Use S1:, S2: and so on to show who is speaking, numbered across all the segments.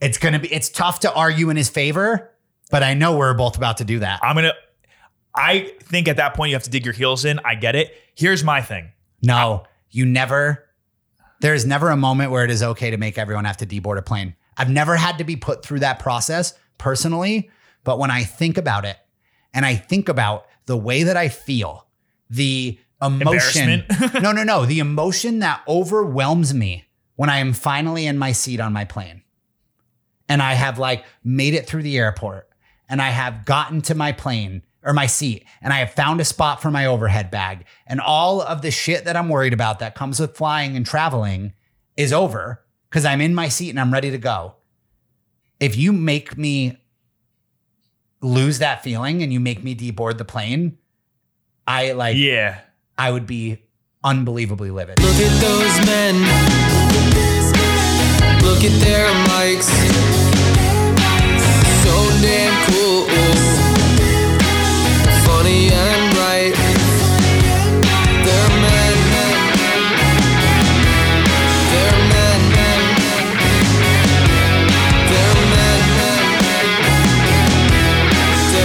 S1: It's gonna be. It's tough to argue in his favor, but I know we're both about to do that.
S2: I'm gonna. I think at that point you have to dig your heels in. I get it. Here's my thing.
S1: No, you never. There is never a moment where it is okay to make everyone have to deboard a plane. I've never had to be put through that process personally, but when I think about it, and I think about the way that I feel, the emotion.
S2: Embarrassment?
S1: no, no, no. The emotion that overwhelms me when I am finally in my seat on my plane and I have like made it through the airport and I have gotten to my plane or my seat and I have found a spot for my overhead bag and all of the shit that I'm worried about that comes with flying and traveling is over because I'm in my seat and I'm ready to go. If you make me lose that feeling and you make me deboard the plane, I like
S2: Yeah.
S1: I would be unbelievably livid.
S3: Look at those men. Look at their mics. So damn cool. Funny and bright. They're men. They're men. They're men. They're men.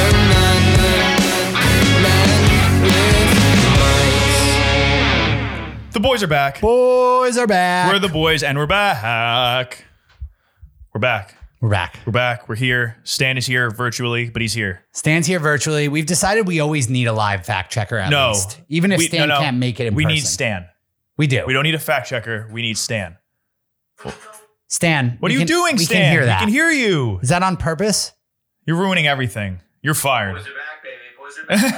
S3: Men with mics.
S2: The boys are back.
S1: Boys are back.
S2: We're the boys and we're back. We're back.
S1: We're back.
S2: We're back. We're here. Stan is here virtually, but he's here.
S1: Stan's here virtually. We've decided we always need a live fact checker at
S2: no.
S1: least. Even if
S2: We-
S1: Stan
S2: no, no.
S1: can't make it in
S2: We
S1: person.
S2: need Stan.
S1: We do.
S2: We don't need a fact checker. We need Stan.
S1: Stan.
S2: What
S1: we
S2: are
S1: can-
S2: you doing,
S1: we
S2: Stan?
S1: can hear that.
S2: We can hear you.
S1: Is that on purpose?
S2: You're ruining everything. You're fired.
S4: Boys are back, baby. Boys are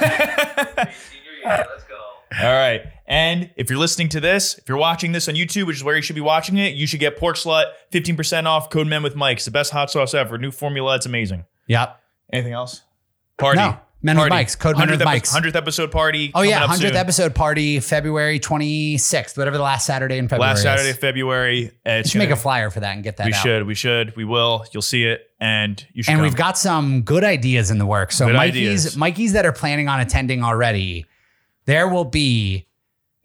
S4: back. Senior year. Let's go.
S2: All right. And if you're listening to this, if you're watching this on YouTube, which is where you should be watching it, you should get Pork Slut 15% off Code Men with Mike. It's the best hot sauce ever. New formula. It's amazing.
S1: Yep.
S2: Anything else? Party.
S1: No. Men with mics. Code Men
S2: 100th
S1: with
S2: epi-
S1: mics.
S2: 100th episode party.
S1: Oh yeah,
S2: coming up
S1: hundredth
S2: soon.
S1: episode party, February twenty sixth, whatever the last Saturday in February.
S2: Last Saturday,
S1: Is.
S2: of February. Uh,
S1: We
S2: it's
S1: should make a
S2: gonna-
S1: flyer for that and get that
S2: We
S1: out.
S2: should. We should. We will. You'll see it. And you should.
S1: And
S2: come.
S1: we've got some good ideas in the works. So
S2: Good
S1: Mikey's
S2: ideas.
S1: Mikey's that are planning on attending already, there will be.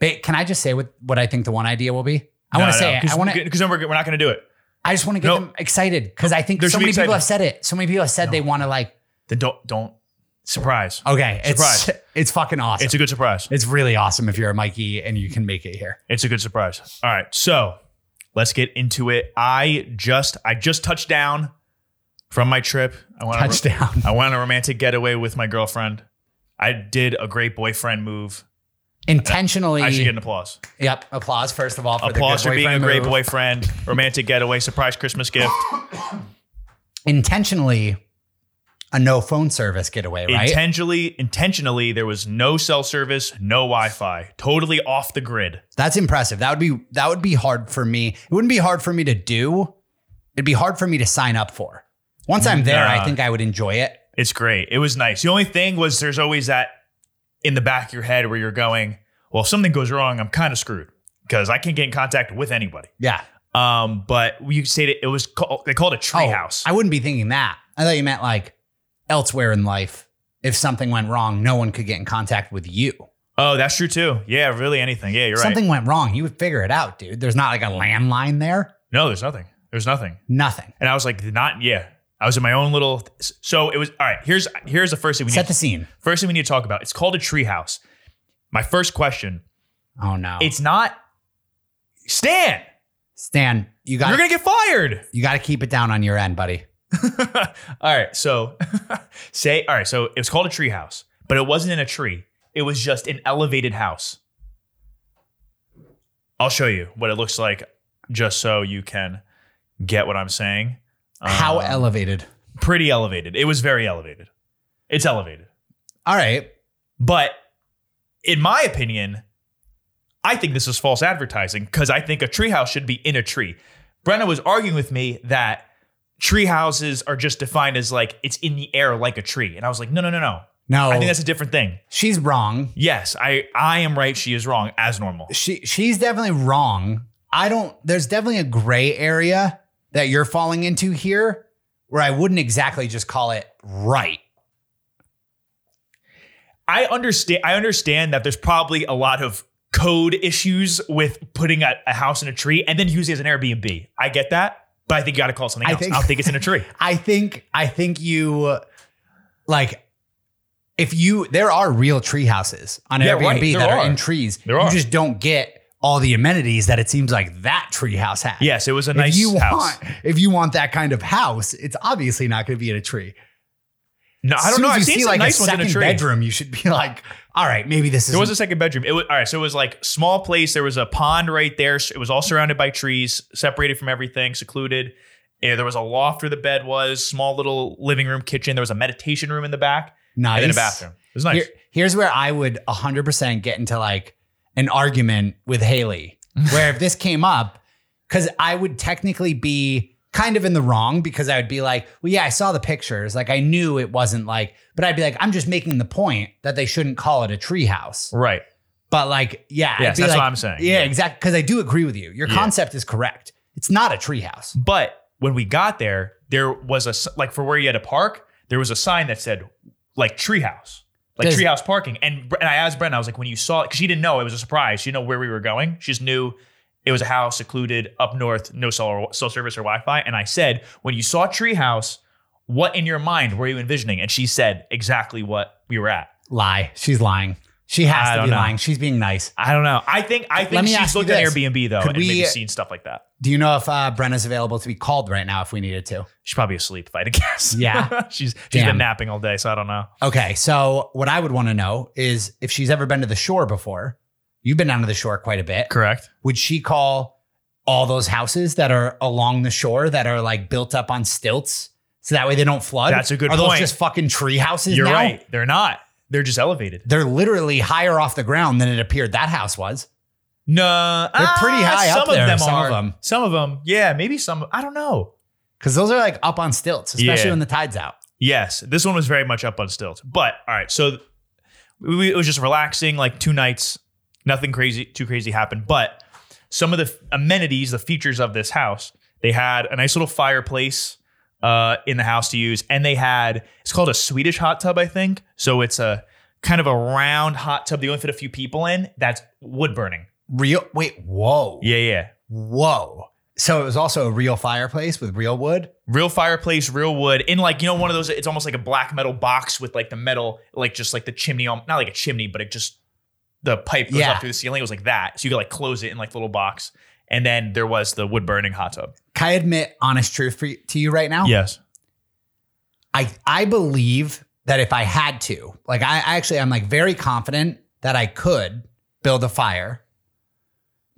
S1: ba- Can I just say what what I think the one idea will be? I want to say it. I want to.
S2: Because we're, we're not going to do it.
S1: I just want to get
S2: No.
S1: them excited because I think
S2: There
S1: so
S2: should be
S1: many people have said
S2: excitement.
S1: it. So many people have said they want to like.
S2: Then don't. don't. Surprise.
S1: Okay, it's
S2: Surprise.
S1: it's fucking awesome. It's,
S2: It's a good surprise.
S1: really awesome if you're a Mikey and you can make it here.
S2: It's a good surprise. All right, so let's get into it. I just I just touched down from my trip. I went on a-
S1: Touchdown.
S2: I went on a romantic getaway with my girlfriend. I did a great boyfriend move.
S1: Intentionally.
S2: I should get an applause.
S1: yep. Applause first of all. For
S2: applause
S1: the
S2: for
S1: good
S2: being a
S1: boyfriend
S2: great
S1: move.
S2: boyfriend. Romantic getaway, surprise Christmas gift.
S1: Intentionally, a no phone service getaway. Right.
S2: Intentionally, intentionally, there was no cell service, no Wi-Fi, totally off the grid.
S1: That's impressive. That would be that would be hard for me. It wouldn't be hard for me to do. It'd be hard for me to sign up for. Once I'm there,
S2: Nah.
S1: I think I would enjoy it.
S2: It's great. It was nice. The only thing was there's always that in the back of your head where you're going, well, if something goes wrong, I'm kind of screwed because I can't get in contact with anybody.
S1: Yeah.
S2: Um, but you stayed at, it was called, they called it
S1: Oh,
S2: a treehouse.
S1: I wouldn't be thinking that. I thought you meant like elsewhere in life. If something went wrong, no one could get in contact with you.
S2: oh, that's true too. Yeah, really anything. Yeah, you're right.
S1: Something went wrong, you would figure it out, dude. There's not like a landline there.
S2: No, there's nothing. There's nothing.
S1: Nothing.
S2: And I was like, not, yeah. I was in my own little, so it was, all right, here's, here's the first thing we
S1: Set
S2: need.
S1: the scene.
S2: first thing we need to talk about. It's called a treehouse. My first question.
S1: Oh no.
S2: It's not, Stan,
S1: Stan, you got
S2: you're going to get fired.
S1: you got to keep it down on your end, buddy.
S2: all right, so say all right, so it was called a tree house, but it wasn't in a tree. It was just an elevated house. I'll show you what it looks like just so you can get what I'm saying.
S1: How
S2: Um,
S1: elevated?
S2: pretty elevated. It was very elevated. It's elevated.
S1: All right.
S2: But in my opinion, I think this is false advertising because I think a treehouse should be in a tree. Brenna was arguing with me that tree houses are just defined as like it's in the air like a tree. And I was like, no, no, no, no.
S1: No.
S2: I think that's a different thing.
S1: she's wrong.
S2: Yes, I, I am right. She is wrong as normal.
S1: she she's definitely wrong. I don't there's definitely a gray area that you're falling into here where I wouldn't exactly just call it right.
S2: I understand I understand that there's probably a lot of code issues with putting a, a house in a tree and then using it as an Airbnb. I get that. But I think you got to call it something
S1: I
S2: else. I,
S1: think-
S2: don't think it's in a tree.
S1: I think I think you uh, like if you there are real tree houses on
S2: Yeah,
S1: Airbnb
S2: right, there
S1: that are.
S2: are.
S1: in trees.
S2: There
S1: you
S2: are.
S1: just don't get all the amenities that it seems like that tree house has.
S2: Yes, it was a
S1: If
S2: nice
S1: you
S2: house.
S1: want if you want that kind of house, it's obviously not going to be in a tree.
S2: no, I
S1: As
S2: don't
S1: soon
S2: know.
S1: as
S2: I've
S1: you
S2: seen
S1: see
S2: some
S1: like
S2: nice
S1: a
S2: ones in
S1: second
S2: a tree.
S1: bedroom, you should be like, all right, maybe this is
S2: There was a second bedroom. It was all right. So it was like small place. There was a pond right there. It was all surrounded by trees, separated from everything, secluded. Yeah, there was a loft where the bed was, small little living room, kitchen. There was a meditation room in the back,
S1: nice.
S2: and then a bathroom. It was nice.
S1: Here- here's where I would 100% get into like an argument with Haley, where if this came up, because I would technically be kind of in the wrong because I would be like, well, yeah, I saw the pictures. Like I knew it wasn't like, but I'd be like, I'm just making the point that they shouldn't call it a treehouse.
S2: Right.
S1: But like, yeah, I'd
S2: Yes,
S1: be
S2: that's
S1: like-
S2: what I'm saying.
S1: Yeah, exactly. Because I do agree with you. Your
S2: Yeah.
S1: concept is correct. It's not a treehouse.
S2: But when we got there, there was a s- like for where you had to park. There was a sign that said like treehouse, like
S1: Does-
S2: treehouse parking. And Bre- and I asked Brent, I was like, when you saw it, because she didn't know it was a surprise. She didn't know where we were going. She just knew it was a house secluded up north, no cell, cell service or Wi-Fi. And I said, when you saw treehouse, what in your mind were you envisioning? And she said exactly what we were at.
S1: Lie. She's lying. She has
S2: I
S1: to
S2: don't
S1: be
S2: know.
S1: lying. She's being nice.
S2: I don't know. I think I think
S1: me
S2: she's
S1: ask you
S2: looked at
S1: this.
S2: Airbnb though
S1: Could
S2: and
S1: we- uh,
S2: maybe seen stuff like that.
S1: Do you know if uh, Brenna's available to be called right now if we needed to?
S2: She's probably asleep, if I had to guess.
S1: Yeah.
S2: she's she's been
S1: Damn.
S2: napping all day, so I don't know.
S1: Okay, so what I would want to know is if she's ever been to the shore before. You've been down to the shore quite a bit.
S2: Correct.
S1: Would she call all those houses that are along the shore that are like built up on stilts so that way they don't flood?
S2: That's a good
S1: Are
S2: point.
S1: those just fucking tree houses?
S2: You're
S1: now?
S2: right. They're not. They're just elevated.
S1: They're literally higher off the ground than it appeared that house was.
S2: No,
S1: They're pretty high up
S2: Some
S1: there,
S2: of them
S1: some
S2: are.
S1: of them.
S2: Some of them. Yeah, maybe some. I don't know.
S1: Because those are like up on stilts, especially
S2: Yeah.
S1: when the tide's out.
S2: Yes, this one was very much up on stilts. But all right, so we, it was just relaxing, like two nights. Nothing crazy, too crazy happened. But some of the f- amenities, the features of this house, they had a nice little fireplace uh, in the house to use, and they had it's called a Swedish hot tub, I think. So it's a kind of a round hot tub. They only fit a few people in. That's wood burning.
S1: Real wait, whoa.
S2: Yeah, yeah.
S1: Whoa. So it was also a real fireplace with real wood.
S2: real fireplace, real wood, in like you know one of those. It's almost like a black metal box with like the metal, like just like the chimney, on not like a chimney, but it just the pipe goes
S1: Yeah.
S2: up through the ceiling. It was like that, so you could like close it in like the little box, and then there was the wood burning hot tub.
S1: Can I admit honest truth for, to you right now?
S2: Yes,
S1: I I believe that if I had to, like I, I actually I'm like very confident that I could build a fire,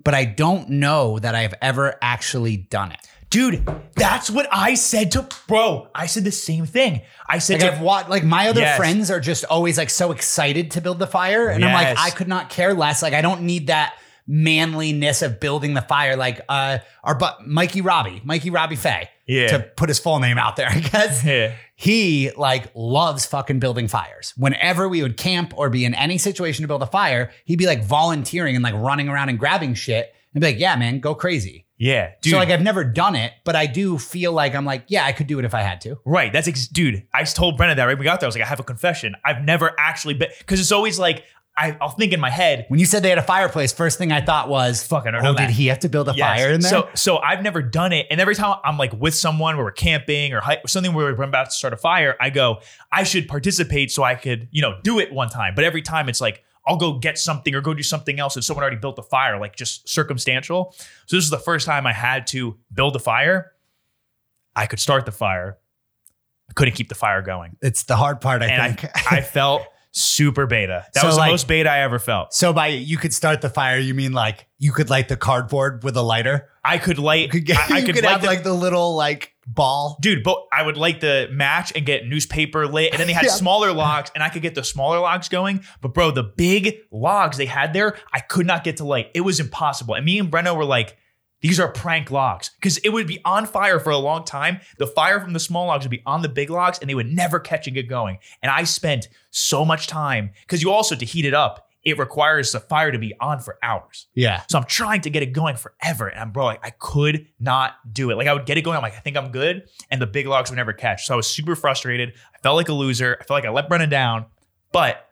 S1: but I don't know that I've ever actually done it.
S2: dude, that's what I said to bro. I said the same thing. I said
S1: Like
S2: to
S1: I've watched like my other
S2: Yes.
S1: friends are just always like so excited to build the fire. And I'm like,
S2: Yes.
S1: I could not care less. Like I don't need that manliness of building the fire. Like uh our but Mikey Robbie, Mikey Robbie Faye,
S2: Yeah.
S1: to put his full name out there, I guess.
S2: Yeah.
S1: he like loves fucking building fires. Whenever we would camp or be in any situation to build a fire, he'd be like volunteering and like running around and grabbing shit and be like, yeah, man, go crazy.
S2: yeah, dude.
S1: So like I've never done it, but I do feel like I'm like, yeah, I could do it if I had to.
S2: Right. That's ex- dude. I told Brenna that right. when We got there. I was like, I have a confession. I've never actually been because it's always like I, I'll think in my head,
S1: When you said they had a fireplace, first thing I thought was,
S2: Fuck, I don't
S1: oh,
S2: know
S1: did
S2: that.
S1: he have to build a
S2: Yes.
S1: fire in there?
S2: So, so I've never done it, and every time I'm like with someone where we're camping or, hi- or something where we're about to start a fire, I go, I should participate so I could, you know, do it one time. But every time it's like I'll go get something or go do something else, and someone already built the fire, like just circumstantial. So this is the first time I had to build a fire. I could start the fire, I couldn't keep the fire going,
S1: it's the hard part, I
S2: and
S1: think.
S2: I, I felt super beta. That
S1: So,
S2: was the
S1: like-
S2: most beta I ever felt.
S1: so by you could start the fire, you mean like you could light the cardboard with a lighter?
S2: I could light.
S1: You could, get,
S2: I, I
S1: you
S2: could,
S1: could
S2: light
S1: have
S2: the
S1: like the little like ball.
S2: dude but i would light the match and get newspaper lit and then they had
S1: Yeah.
S2: smaller logs and i could get the smaller logs going but bro the big logs they had there i could not get to light it was impossible and me and brenna were like these are prank logs because it would be on fire for a long time the fire from the small logs would be on the big logs and they would never catch and get going and i spent so much time because you also to heat it up it requires the fire to be on for hours
S1: Yeah.
S2: so I'm trying to get it going forever. And I'm, bro, like, I could not do it. Like, I would get it going. I'm like, I think I'm good. And the big logs would never catch. So I was super frustrated. I felt like a loser. I felt like I let Brennan down. But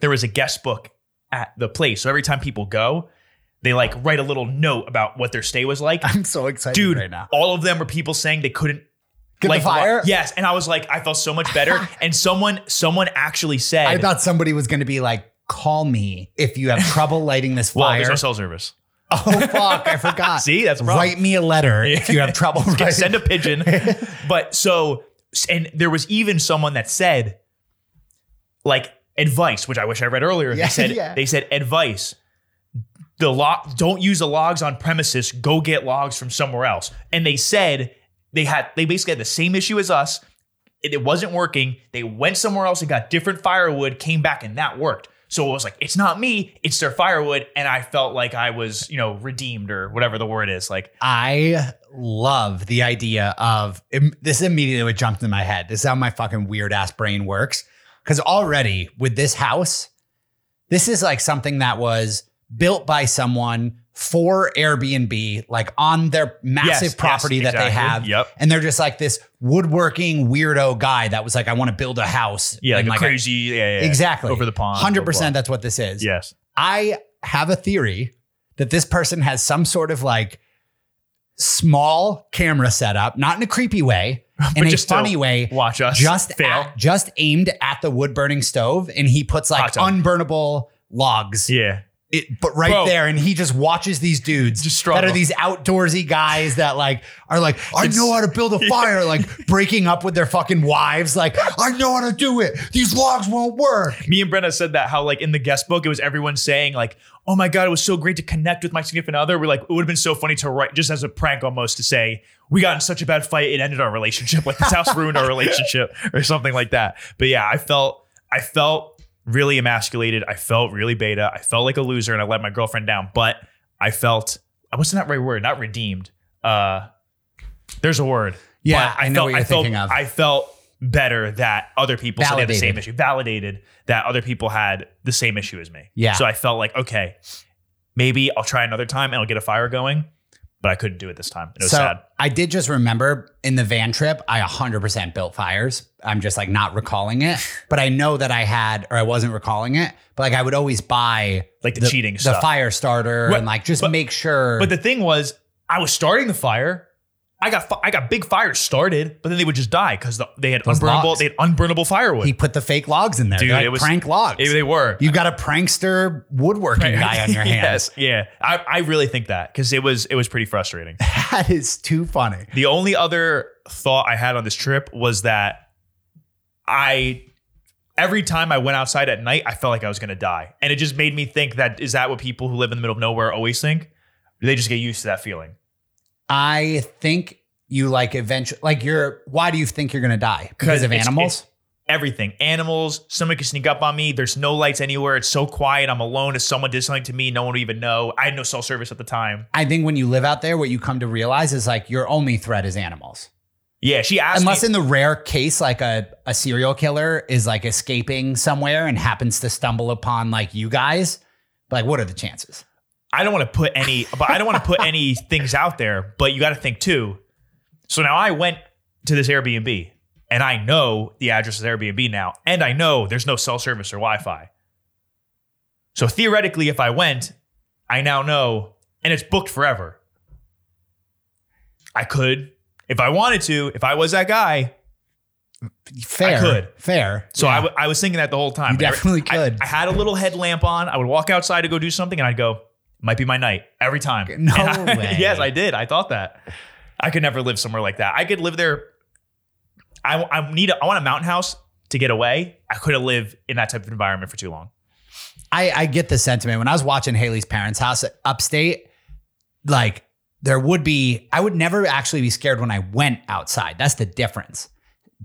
S2: there was a guest book at the place. So every time people go, They like write a little note about what their stay was like.
S1: I'm so excited
S2: Dude,
S1: right now.
S2: all of them were people saying they couldn't
S1: Get
S2: like
S1: the fire.
S2: wa- yes, and I was like, I felt so much better. and someone, someone actually said,
S1: I thought somebody was going to be like, "Call me if you have trouble lighting this
S2: "Well,
S1: fire."
S2: there's no cell service.
S1: oh fuck, I forgot.
S2: See, that's a problem.
S1: write me a letter if you have trouble.
S2: Get-
S1: writing-
S2: send a pigeon. but so, and there was even someone that said, like advice, which I wish I read earlier.
S1: Yeah,
S2: they said
S1: yeah.
S2: they said advice. The log, don't use the logs on premises. Go get logs from somewhere else. And they said they had they basically had the same issue as us. It, it wasn't working. They went somewhere else and got different firewood. Came back and that worked. So it was like it's not me, it's their firewood, and I felt like I was you know redeemed or whatever the word is. Like
S1: I love the idea of im- this. Immediately, what jumped in my head. This is how my fucking weird ass brain works. Because already with this house, this is like something that was built by someone for Airbnb, like on their massive
S2: Yes, yes,
S1: property that they
S2: exactly.
S1: have.
S2: Yep.
S1: And they're just like this woodworking weirdo guy that was like, I want to build a house.
S2: Yeah,
S1: And
S2: like,
S1: like
S2: a crazy. Yeah, yeah, yeah.
S1: Exactly.
S2: Over the pond. blah,
S1: Hundred
S2: blah.
S1: percent. That's what this is.
S2: Yes.
S1: I have a theory that this person has some sort of like small camera setup, not in a creepy way, in a
S2: just to
S1: funny way,
S2: Watch us
S1: just
S2: fail.
S1: at- just aimed at the wood burning stove, and he puts like
S2: Hot tub.
S1: unburnable logs,
S2: yeah.
S1: it, but right
S2: Bro.
S1: there, and he just watches these dudes
S2: Just struggle.
S1: that are these outdoorsy guys that like are like, I
S2: It's-
S1: know how to build a fire, like breaking up with their fucking wives, like I know how to do it. These logs won't work.
S2: Me and Brenna said that how like in the guest book it was everyone saying like, "Oh my god, it was so great to connect with my significant other." We're like, it would have been so funny to write just as a prank almost to say we got in such a bad fight it ended our relationship. Like this house ruined our relationship or something like that. But yeah, I felt I felt really emasculated. I felt really beta. I felt like a loser and I let my girlfriend down. But I felt I wasn't that right word, not redeemed. Uh, there's a word.
S1: Yeah,
S2: But
S1: I know what you're
S2: I felt,
S1: thinking of.
S2: I felt better that other people said they had the same
S1: Validated.
S2: issue, validated that other people had the same issue as me.
S1: Yeah.
S2: So I felt like, okay, maybe I'll try another time and I'll get a fire going, but I couldn't do it this time. It was sad.
S1: I did just remember in the van trip, I 100% built fires. I'm just like not recalling it, but I know that I had, or I wasn't recalling it, but like I would always buy
S2: Like the cheating
S1: the
S2: stuff.
S1: fire starter,
S2: Right,
S1: and like just
S2: but-
S1: make sure.
S2: But the thing was, I was starting the fire. I got fi- I got big fires started, but then they would just die because the, they had
S1: Those
S2: unburnable
S1: logs.
S2: they had unburnable firewood.
S1: he put the fake logs in there.
S2: Dude,
S1: They're like
S2: it was-
S1: prank logs.
S2: Maybe they were.
S1: you got a prankster woodworking guy on your hands.
S2: yes, yeah. I, I really think that because it was it was pretty frustrating.
S1: That is too funny.
S2: The only other thought I had on this trip was that I every time I went outside at night, I felt like I was gonna die. And it just made me think that is that what people who live in the middle of nowhere always think? They just get used to that feeling.
S1: I think you like eventually, like you're, why do you think you're going to die? Because of
S2: it's-
S1: animals?
S2: it's everything. Animals, someone could sneak up on me. There's no lights anywhere. It's so quiet. I'm alone. If someone did something to me, no one would even know. I had no cell service at the time.
S1: I think when you live out there, what you come to realize is like your only threat is animals.
S2: Yeah, she asked
S1: Unless
S2: me.
S1: in the rare case, like a, a serial killer is like escaping somewhere and happens to stumble upon like you guys, like what are the chances?
S2: I don't want to put any, but I don't want to put any things out there. But you got to think too. So now I went to this Airbnb, and I know the address is Airbnb now, and I know there's no cell service or Wi-Fi. So theoretically, if I went, I now know, and it's booked forever. I could, if I wanted to, if I was that guy.
S1: Fair,
S2: could.
S1: fair.
S2: So
S1: Yeah.
S2: I, w- I was thinking that the whole time.
S1: You definitely
S2: I,
S1: could.
S2: I had a little headlamp on. I would walk outside to go do something, and I'd go, "Might be my night." Every time.
S1: No
S2: And I-
S1: way.
S2: yes, I did. I thought that. I could never live somewhere like that. I could live there. I, I need. A, I want a mountain house to get away. I couldn't live in that type of environment for too long.
S1: I, I get the sentiment. When I was watching Haley's parents' house upstate, like there would be, I would never actually be scared when I went outside. That's the difference.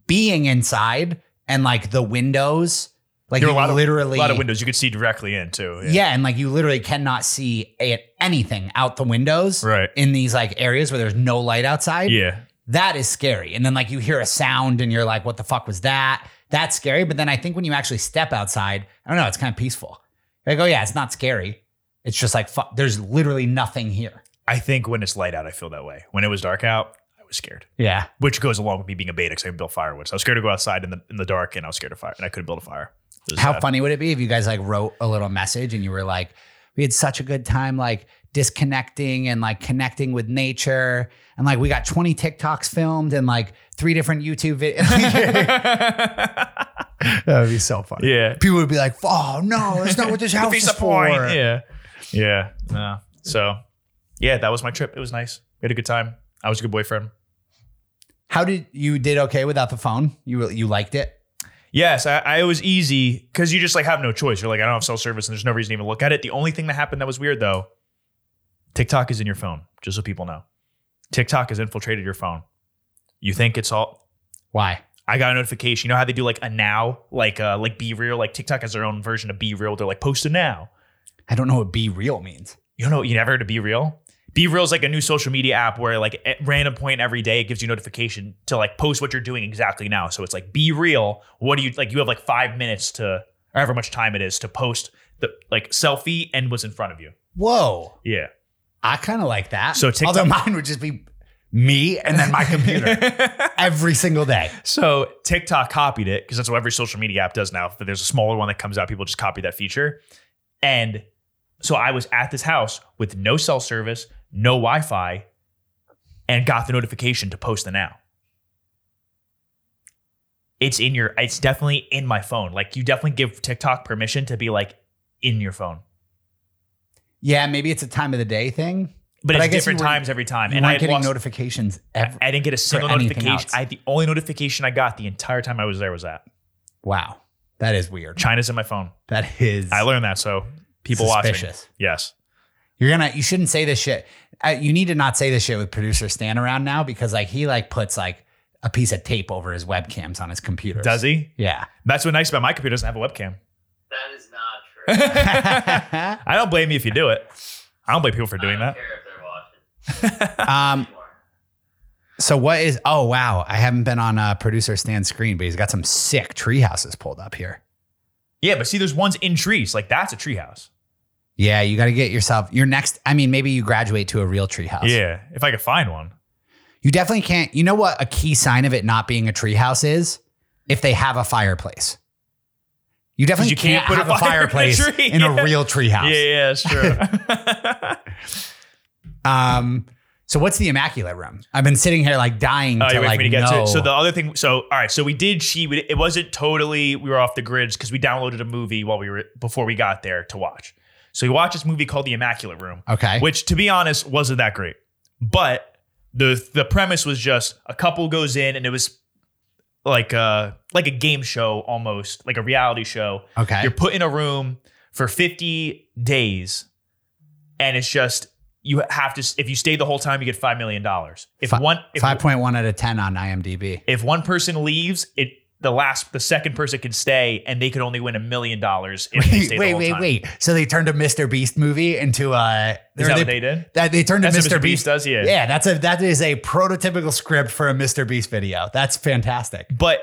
S1: Being inside and like the windows, like
S2: There
S1: you
S2: were a lot of-
S1: literally
S2: A lot of windows you could see directly into.
S1: Yeah. and like you literally cannot see a- anything out the windows
S2: Right.
S1: in these like areas where there's no light outside.
S2: Yeah.
S1: That is scary. And then like you hear a sound and you're like, what the fuck was that? That's scary. But then I think when you actually step outside, I don't know, it's kind of peaceful. You're like, oh yeah, it's not scary. It's just like, fuck, there's literally nothing here.
S2: I think when it's light out, I feel that way. When it was dark out, I was scared,
S1: Yeah.
S2: which goes along with me being a beta because I built firewood. So I was scared to go outside in the in the dark, and I was scared of fire, and I couldn't build a fire. It was
S1: How
S2: bad.
S1: funny would it be if you guys like wrote a little message and you were like, we had such a good time like disconnecting and like connecting with nature. And like we got 20 TikToks filmed and like three different YouTube videos. that would be so funny.
S2: yeah.
S1: People would be like, oh no, that's not what this house
S2: Piece
S1: is
S2: of
S1: for.
S2: point. Yeah. Yeah. No. So, yeah, that was my trip. It was nice. We had a good time. I was a good boyfriend.
S1: How did you did okay without the phone? You you liked it?
S2: Yes, I, I was easy because you just like have no choice. You're like, I don't have cell service, and there's no reason to even look at it. The only thing that happened that was weird though, TikTok is in your phone, just so people know. TikTok has infiltrated your phone. You think it's all?
S1: Why?
S2: I got a notification. You know how they do like a now, like uh, like Be Real, like TikTok has their own version of Be Real. They're like post a now.
S1: I don't know what be real means.
S2: You know, you never heard of Be Real. Be Real is like a new social media app where like at random point every day it gives you notification to like post what you're doing exactly now. So it's like Be Real. What do you like? You have like five minutes to, or however much time it is, to post the like selfie and what's in front of you.
S1: Whoa.
S2: Yeah.
S1: I kind of like that.
S2: So TikTok-
S1: although mine would just be me and then my computer every single day.
S2: so TikTok copied it because that's what every social media app does now. But there's a smaller one that comes out. People just copy that feature. And so I was at this house with no cell service, no Wi Fi, and got the notification to post the now. It's in your, it's definitely in my phone. Like you definitely give TikTok permission to be like in your phone.
S1: Yeah, maybe it's a time of the day thing.
S2: But,
S1: But I
S2: it's
S1: guess
S2: different
S1: you weren't-
S2: times every time.
S1: You
S2: And I
S1: weren't
S2: had
S1: getting
S2: lost,
S1: notifications ever.
S2: I didn't get a single
S1: anything
S2: notification.
S1: else.
S2: I the only notification I got the entire time I was there was that.
S1: Wow, that is weird.
S2: China's in my phone.
S1: That is
S2: I learned that. So people watching.
S1: suspicious.
S2: Yes.
S1: You're gonna. You shouldn't say this shit. Uh, you need to not say this shit with producer Stan around now because like he like puts like a piece of tape over his webcams on his computer.
S2: Does he?
S1: Yeah.
S2: That's what's nice about my computer doesn't have a webcam.
S4: That is not true.
S2: I don't blame you if you do it. I don't blame people for doing
S4: I
S2: that.
S4: don't care if they're watching
S1: um.
S4: anymore.
S1: So what is? Oh wow, I haven't been on uh, producer Stan's screen, but he's got some sick tree houses pulled up here.
S2: Yeah, but see, there's ones in trees. Like that's a treehouse.
S1: Yeah, you got to get yourself your next. I mean, maybe you graduate to a real treehouse.
S2: Yeah, if I could find one.
S1: You definitely can't. You know what a key sign of it not being a treehouse is? If they have a fireplace. You definitely
S2: you
S1: can't,
S2: can't put a
S1: have a
S2: fire in a
S1: fireplace in a,
S2: tree, yeah.
S1: real treehouse.
S2: yeah, that's Oh, true.
S1: Um, so what's the immaculate room? I've been sitting here like dying
S2: Oh,
S1: to
S2: you're waiting
S1: like
S2: for me to get
S1: know.
S2: to it. So the other thing, so all right, so we did she we- it wasn't totally we were off the grids because we downloaded a movie while we were before we got there to watch. So we watched this movie called The Immaculate Room.
S1: okay.
S2: Which, to be honest, wasn't that great. But the the premise was just a couple goes in and it was like a like a game show almost, like a reality show.
S1: okay.
S2: You're put in a room for 50 days, and it's just you have to. If you stay the whole time, you get five million dollars. If
S1: Fi-
S2: one if,
S1: Five point one out of ten on IMDb.
S2: if one person leaves, it the last the second person can stay, and they could only win a million dollars if they
S1: Wait,
S2: stay the
S1: wait,
S2: whole
S1: wait,
S2: time.
S1: wait. So they turned a Mr. Beast movie into a.
S2: Is that what they did?
S1: that they turned a
S2: That's
S1: Mr.
S2: what Mr.
S1: Beast
S2: Beast does, yeah.
S1: Yeah, that's a that is a prototypical script for a Mr. Beast video. That's fantastic.
S2: But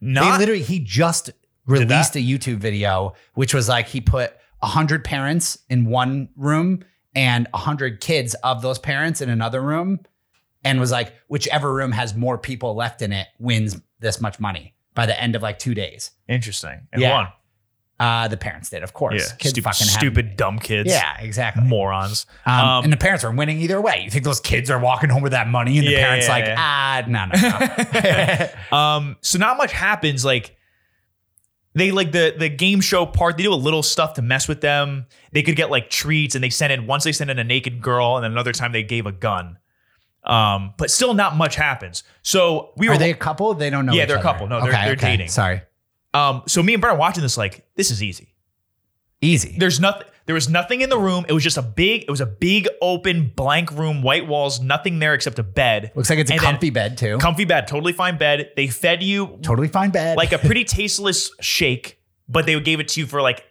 S1: they
S2: not
S1: literally he just released a YouTube video which was like he put 100 parents in one room and 100 kids of those parents in another room and was like whichever room has more people left in it wins this much money by the end of like 2 days.
S2: interesting. And
S1: Yeah.
S2: one.
S1: Uh the parents did, of course. Kids
S2: stupid,
S1: fucking had-
S2: stupid, dumb kids.
S1: Yeah, exactly.
S2: morons.
S1: Um,
S2: Um,
S1: and the parents are winning either way. You think those kids are walking home with that money, and the
S2: Yeah,
S1: parents
S2: yeah,
S1: like,
S2: yeah.
S1: ah, no, no, no.
S2: Um, so not much happens. Like they like the the game show part. They do a little stuff to mess with them. They could get like treats, and they sent in once they sent in a naked girl, and then another time they gave a gun. Um, but still not much happens. So we were
S1: Are they a couple? They don't know.
S2: Yeah,
S1: each
S2: they're a
S1: other.
S2: couple. No, they're- they're dating.
S1: Sorry,
S2: um, so me and Brent are watching this like this is easy.
S1: easy.
S2: There's nothing. There was nothing in the room. It was just a big. It was a big open blank room, white walls, nothing there except a bed,
S1: Looks like it's a
S2: and then-
S1: comfy bed too.
S2: comfy bed, totally fine bed. They fed you
S1: totally fine bed.
S2: like a pretty tasteless shake, but they gave it to you for like,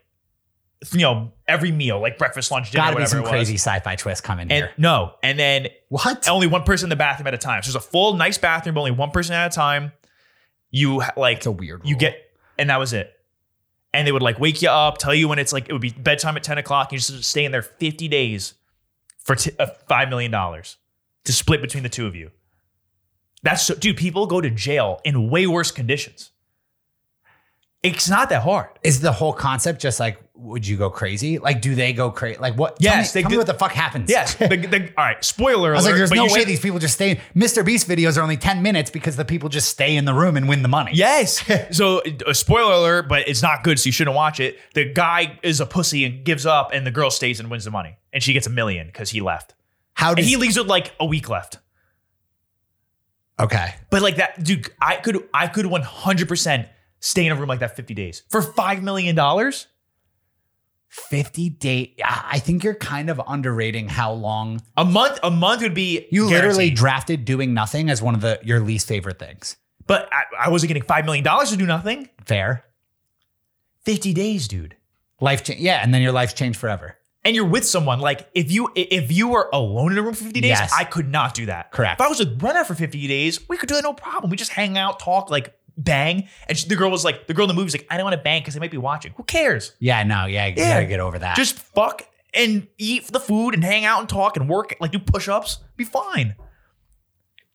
S2: you know, every meal, like breakfast, lunch, dinner,
S1: gotta be
S2: whatever
S1: some
S2: it was.
S1: crazy sci-fi twist coming
S2: And
S1: here.
S2: no, and then
S1: What?
S2: only one person in the bathroom at a time. So there's a full nice bathroom, but only one person at a time. You ha- like
S1: It's a weird.
S2: you
S1: rule.
S2: get, and that was it. And they would like wake you up, tell you when it's like it would be bedtime at ten o'clock. You just stay in there fifty days for t- uh, five million dollars to split between the two of you. That's so, dude. People go to jail in way worse conditions. It's not that hard.
S1: Is the whole concept just like would you go crazy? Like, do they go crazy? Like, what? tell me-
S2: Yes, they
S1: tell me
S2: do-
S1: what the fuck happens.
S2: Yes. the- the- all right. Spoiler alert.
S1: I was like, there's
S2: but
S1: no
S2: you
S1: way
S2: should-
S1: these people just stay. Mr. Beast videos are only 10 minutes because the people just stay in the room and win the money.
S2: Yes. so, a spoiler alert, but it's not good, so you shouldn't watch it. The guy is a pussy and gives up, and the girl stays and wins the money, and she gets a million because he left.
S1: How
S2: And
S1: does
S2: he leaves with like a week left.
S1: Okay.
S2: But like that, dude, I could, I could 100% stay in a room like that 50 days for five million dollars.
S1: 50 date. I I think you're kind of underrating how long
S2: A month, a month would be
S1: you literally
S2: guaranteed.
S1: drafted doing nothing as one of the your least favorite things.
S2: But I, I wasn't getting five million dollars to do nothing.
S1: Fair.
S2: 50 days, dude.
S1: Life change. Yeah. And then your life changed forever.
S2: And you're with someone. Like if you if you were alone in a room for 50 days,
S1: Yes.
S2: I could not do that.
S1: Correct.
S2: If I was with Brenna for 50 days, we could do that no problem. We just hang out, talk, like bang. And she, the girl was like, the girl in the movie's like, I don't want to bang because they might be watching. Who cares?
S1: Yeah. No. Yeah. You
S2: Yeah.
S1: gotta get over that.
S2: Just fuck and eat the food and hang out and talk and work, like do push-ups, be fine.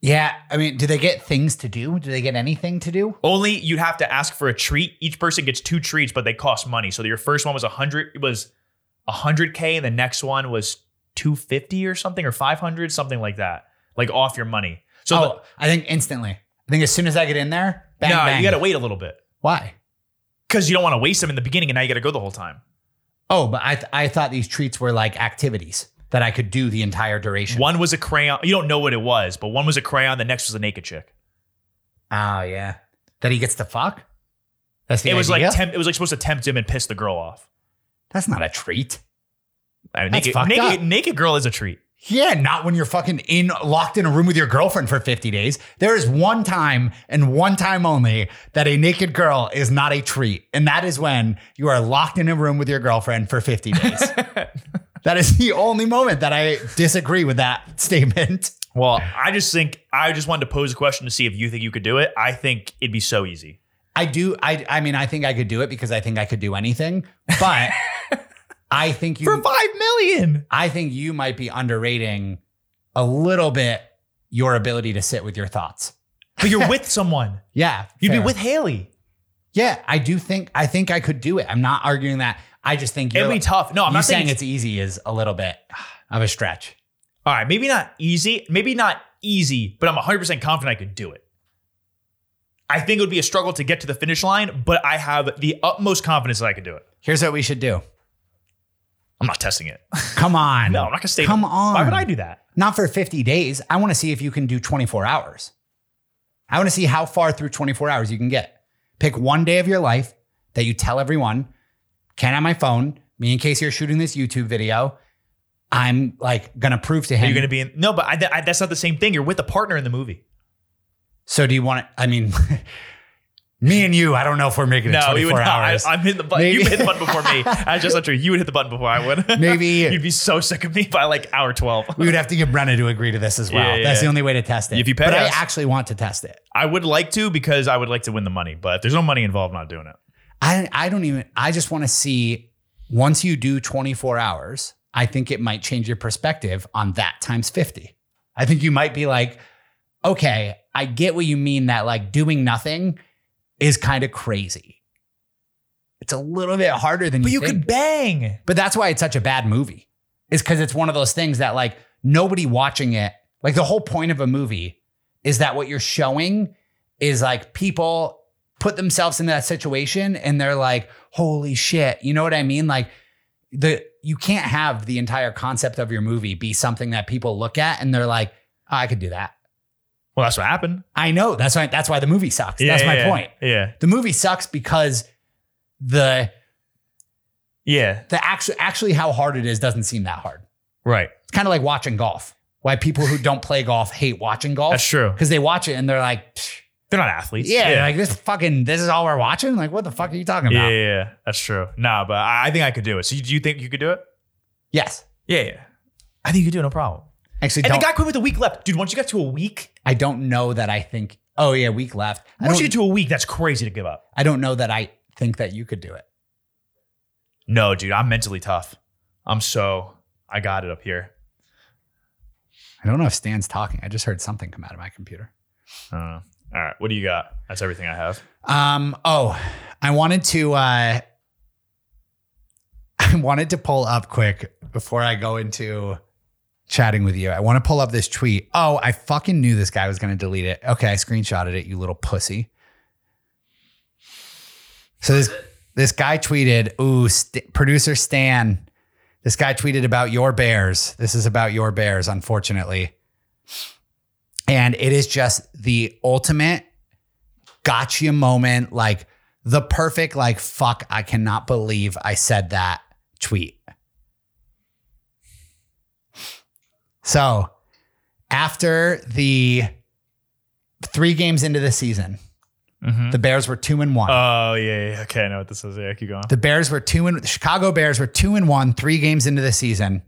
S1: yeah. I mean, do they get things to do? Do they get anything to do?
S2: Only you'd have to ask for a treat. Each person gets two treats, but they cost money. So your first one was a hundred it was a hundred K and the next one was two fifty or something or five hundred, something like that. Like off your money. So
S1: oh,
S2: the-
S1: I think instantly. I think as soon as I get in there, bang,
S2: no,
S1: bang.
S2: you gotta wait a little bit.
S1: Why?
S2: Cause you don't want to waste them in the beginning and now you gotta go the whole time.
S1: Oh, but I th- I thought these treats were like activities that I could do the entire duration.
S2: One was a crayon. You don't know what it was, but one was a crayon, the next was a naked chick.
S1: Oh yeah, that he gets to fuck. That's the
S2: It was like
S1: idea?
S2: temp, it was like supposed to tempt him and piss the girl off.
S1: that's not a treat.
S2: I mean,
S1: That's
S2: naked,
S1: fucked
S2: naked,
S1: up.
S2: naked girl is a treat.
S1: Yeah, not when you're fucking in locked in a room with your girlfriend for 50 days. There is one time and one time only that a naked girl is not a treat, and that is when you are locked in a room with your girlfriend for 50 days. that is the only moment that I disagree with that statement.
S2: Well, I just think I just wanted to pose a question to see if you think you could do it. I think it'd be so easy.
S1: I do. I. I mean, I think I could do it because I think I could do anything. But I think you.
S2: five million.
S1: I think you might be underrating a little bit your ability to sit with your thoughts.
S2: But you're with someone.
S1: Yeah,
S2: You'd
S1: fair.
S2: be with Haley.
S1: Yeah, I do think. I think I could do it. I'm not arguing that. I just think you're.
S2: It'd be tough. No, I'm
S1: you
S2: not
S1: saying
S2: saying
S1: it's easy is a little bit of a stretch.
S2: all right. Maybe not easy. Maybe not easy, but I'm 100 percent confident I could do it. I think it would be a struggle to get to the finish line, but I have the utmost confidence that I could do it.
S1: Here's what we should do.
S2: I'm not testing it.
S1: Come on.
S2: No, I'm not gonna stay.
S1: Come on.
S2: Why would I do that?
S1: Not for 50 days. I want to see if you can do 24 hours. I want to see how far through 24 hours you can get. Pick one day of your life that you tell everyone, can on my phone, me and Casey are shooting this YouTube video. I'm like gonna prove to
S2: Are
S1: him.
S2: you going to be in? No, but I, I, that's not the same thing. You're with a partner in the movie.
S1: so do you want to? I mean, me and you. I don't know if we're making it
S2: No, you
S1: 24
S2: would not.
S1: hours.
S2: I, I'm hitting the button.
S1: Maybe.
S2: You hit the button before me. That's just not true. You would hit the button before I would. You'd
S1: Maybe
S2: be so sick of me by like hour 12.
S1: we would have to get Brenna to agree to this as well.
S2: Yeah, yeah,
S1: That's the
S2: yeah.
S1: only way to test it.
S2: If you pay
S1: but
S2: us.
S1: I actually want to test it.
S2: I would like to because I would like to win the money, but if there's no money involved, I'm not doing it.
S1: I I don't even I just want to see once you do 24 hours, I think it might change your perspective on that times 50. I think you might be like, okay, I get what you mean that like doing nothing is kind of crazy. It's a little bit harder than
S2: But
S1: you,
S2: you
S1: think.
S2: could bang.
S1: But that's why it's such a bad movie. Is because it's one of those things that like nobody watching it, like the whole point of a movie is that what you're showing is like people put themselves in that situation and they're like, holy shit. You know what I mean? Like the you can't have the entire concept of your movie be something that people look at and they're like, "Oh, I could do that.
S2: Well, that's what happened.
S1: I know. That's why that's why the movie sucks. that's my point.
S2: Yeah.
S1: The movie sucks because the
S2: Yeah.
S1: the actually actually how hard it is doesn't seem that hard.
S2: Right.
S1: It's kind of like watching golf. Why people who don't play golf hate watching
S2: That's
S1: golf
S2: true.
S1: because they watch it and they're like, "Psh,
S2: They're not athletes.
S1: yeah,
S2: Yeah.
S1: like this fucking, this is all we're watching. Like, what the fuck are you talking
S2: yeah,
S1: about?
S2: yeah, yeah. That's true. Nah, but I, I think I could do it. So you, do you think you could do it?
S1: Yes,
S2: Yeah. Yeah. I think you could do it. No problem.
S1: actually,
S2: And
S1: don't,
S2: the guy quit with a week left. Dude, once you got to a week,
S1: I don't know that I think. Oh yeah, week left. I
S2: once
S1: don't,
S2: you get to a week, that's crazy to give up.
S1: I don't know that I think that you could do it.
S2: No, dude, I'm mentally tough. I'm so I got it up here.
S1: I don't know if Stan's talking. I just heard something come out of my computer.
S2: I don't know. Uh, All right, what do you got? That's everything I have.
S1: Um. Oh, I wanted to. uh I wanted to pull up quick before I go into chatting with you. I want to pull up this tweet. Oh, I fucking knew this guy was going to delete it. Okay, I screenshotted it, you little pussy. So this this guy tweeted, "Ooh, St- producer Stan, this guy tweeted about your bears. This is about your bears, unfortunately." And it is just the ultimate gotcha moment, like the perfect like fuck, I cannot believe I said that tweet. So, after the 3 games into the season,
S2: Mhm.
S1: the Bears were 2 and 1.
S2: Oh yeah, yeah. Okay, I know what this is. Yeah, keep going.
S1: The Bears were two and Chicago Bears were two and one, three games into the season.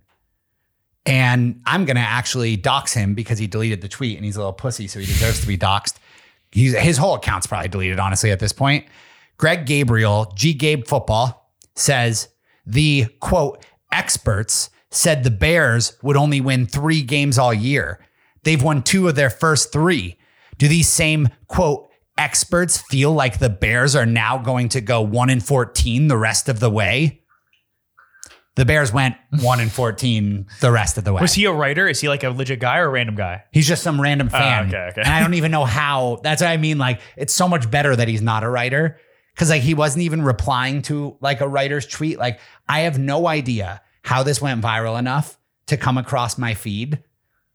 S1: And I'm gonna actually dox him because he deleted the tweet and he's a little pussy, so he deserves to be doxed. He's, his whole account's probably deleted, honestly, at this point. Greg Gabriel, G Gabe Football, says the quote experts said the Bears would only win three games all year. They've won two of their first three. Do these same quote experts feel like the Bears are now going to go one and fourteen the rest of the way? The Bears went one and fourteen the rest of the way.
S2: Was he a writer? Is he like a legit guy or a random guy?
S1: He's just some random fan.
S2: Ah, okay, okay.
S1: And I don't even know how. That's what I mean. Like, it's so much better that he's not a writer because, like, he wasn't even replying to like a writer's tweet. Like, I have no idea how this went viral enough to come across my feed.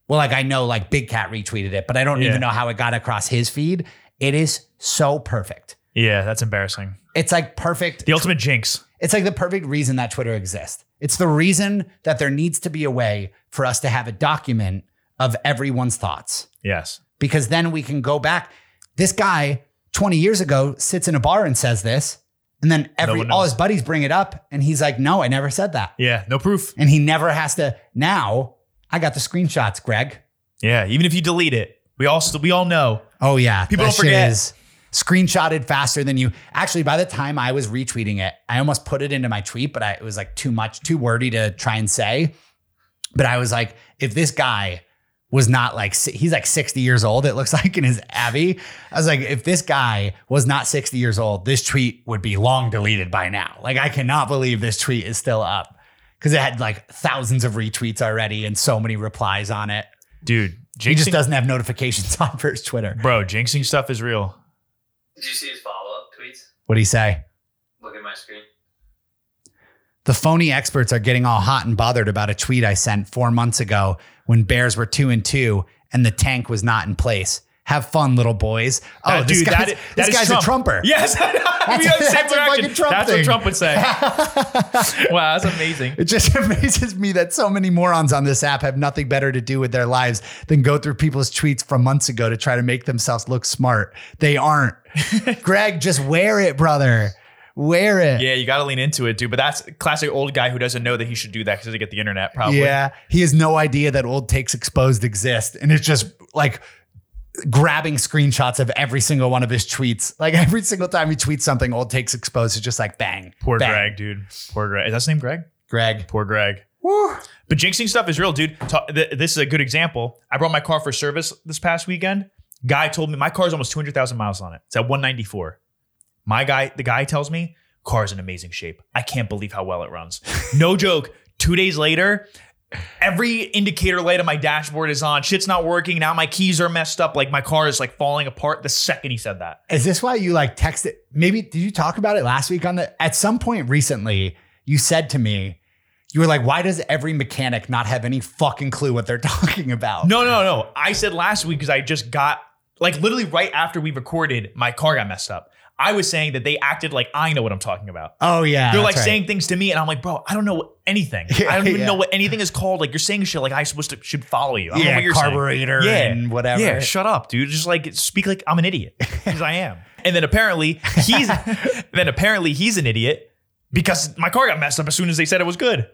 S1: Well, like, I know like Big Cat retweeted it, but I don't
S2: Yeah.
S1: even know how it got across his feed. It is so perfect.
S2: Yeah, that's embarrassing.
S1: It's like perfect.
S2: The ultimate jinx.
S1: It's like the perfect reason that Twitter exists. It's the reason that there needs to be a way for us to have a document of everyone's thoughts
S2: Yes.
S1: because then we can go back. This guy 20 years ago sits in a bar and says this, and then every
S2: one
S1: all
S2: knows.
S1: his buddies bring it up, and he's like, "No, I never said that,"
S2: Yeah. No proof.
S1: and he never has to. Now I got the screenshots, Greg.
S2: Yeah. Even if you delete it, we all still we all know.
S1: Oh yeah,
S2: People
S1: that
S2: don't forget.
S1: is screenshotted faster than you. Actually, by the time I was retweeting it, I almost put it into my tweet, but I, it was like too much, too wordy to try and say. But I was like, if this guy was not like si- he's like 60 years old, it looks like in his Abby. I was like, if this guy was not 60 years old, this tweet would be long deleted by now. Like, I cannot believe this tweet is still up because it had like thousands of retweets already and so many replies on it.
S2: Dude, jinxing,
S1: He just doesn't have notifications on for his Twitter.
S2: Bro, jinxing stuff is real.
S4: Did you see his follow up tweets?
S1: What'd he say?
S4: Look at my screen.
S1: The phony experts are getting all hot and bothered about a tweet I sent four months ago when Bears were two and two and the tank was not in place. Have fun, little boys. Oh,
S2: That-
S1: this
S2: Uh, dude,
S1: guy's,
S2: that is- that
S1: this
S2: is
S1: guy's a
S2: Trump.
S1: trumper.
S2: Yes. that's,
S1: That's- that's a fucking Trump
S2: that's
S1: thing.
S2: what Trump would say. wow, that's amazing.
S1: It just amazes me that so many morons on this app have nothing better to do with their lives than go through people's tweets from months ago to try to make themselves look smart. They aren't. Greg, just wear it, brother. Wear it.
S2: Yeah, you got to lean into it, dude. But that's classic old guy who doesn't know that he should do that because he get the internet probably.
S1: Yeah, he has no idea that old takes exposed exist, and it's just like grabbing screenshots of every single one of his tweets. Like every single time he tweets something, old takes exposed is just like bang.
S2: Poor
S1: bang,
S2: Greg, dude. Poor Greg. Is that his name, Greg?
S1: Greg.
S2: Poor Greg. But jinxing stuff is real, dude. Ta- th- this is a good example. I brought my car for service this past weekend. Guy told me my car's almost 200,000 miles on it. It's at 194. My guy, the guy tells me, car's in amazing shape. I can't believe how well it runs. No joke. Two days later, every indicator light on my dashboard is on. Shit's not working. Now my keys are messed up. Like my car is like falling apart the second he said that.
S1: Is this why you like texted? Maybe did you talk about it last week on the? At some point recently, you said to me, you were like, "Why does every mechanic not have any fucking clue what they're talking about?"
S2: No, no, no. I said last week because I just got like literally right after we recorded, my car got messed up. I was saying that they acted like I know what I'm talking about.
S1: Oh yeah,
S2: They're
S1: that's
S2: like
S1: right.
S2: saying things to me, and I'm like, bro, I don't know anything.
S1: Yeah,
S2: I don't even
S1: yeah.
S2: know what anything is called. Like you're saying shit like I supposed to should follow you. I don't know
S1: yeah,
S2: what you're saying.
S1: carburetor
S2: Yeah.
S1: and whatever.
S2: Yeah, shut up, dude. Just like speak like I'm an idiot because I am. And then apparently he's then apparently he's an idiot because my car got messed up as soon as they said it was good.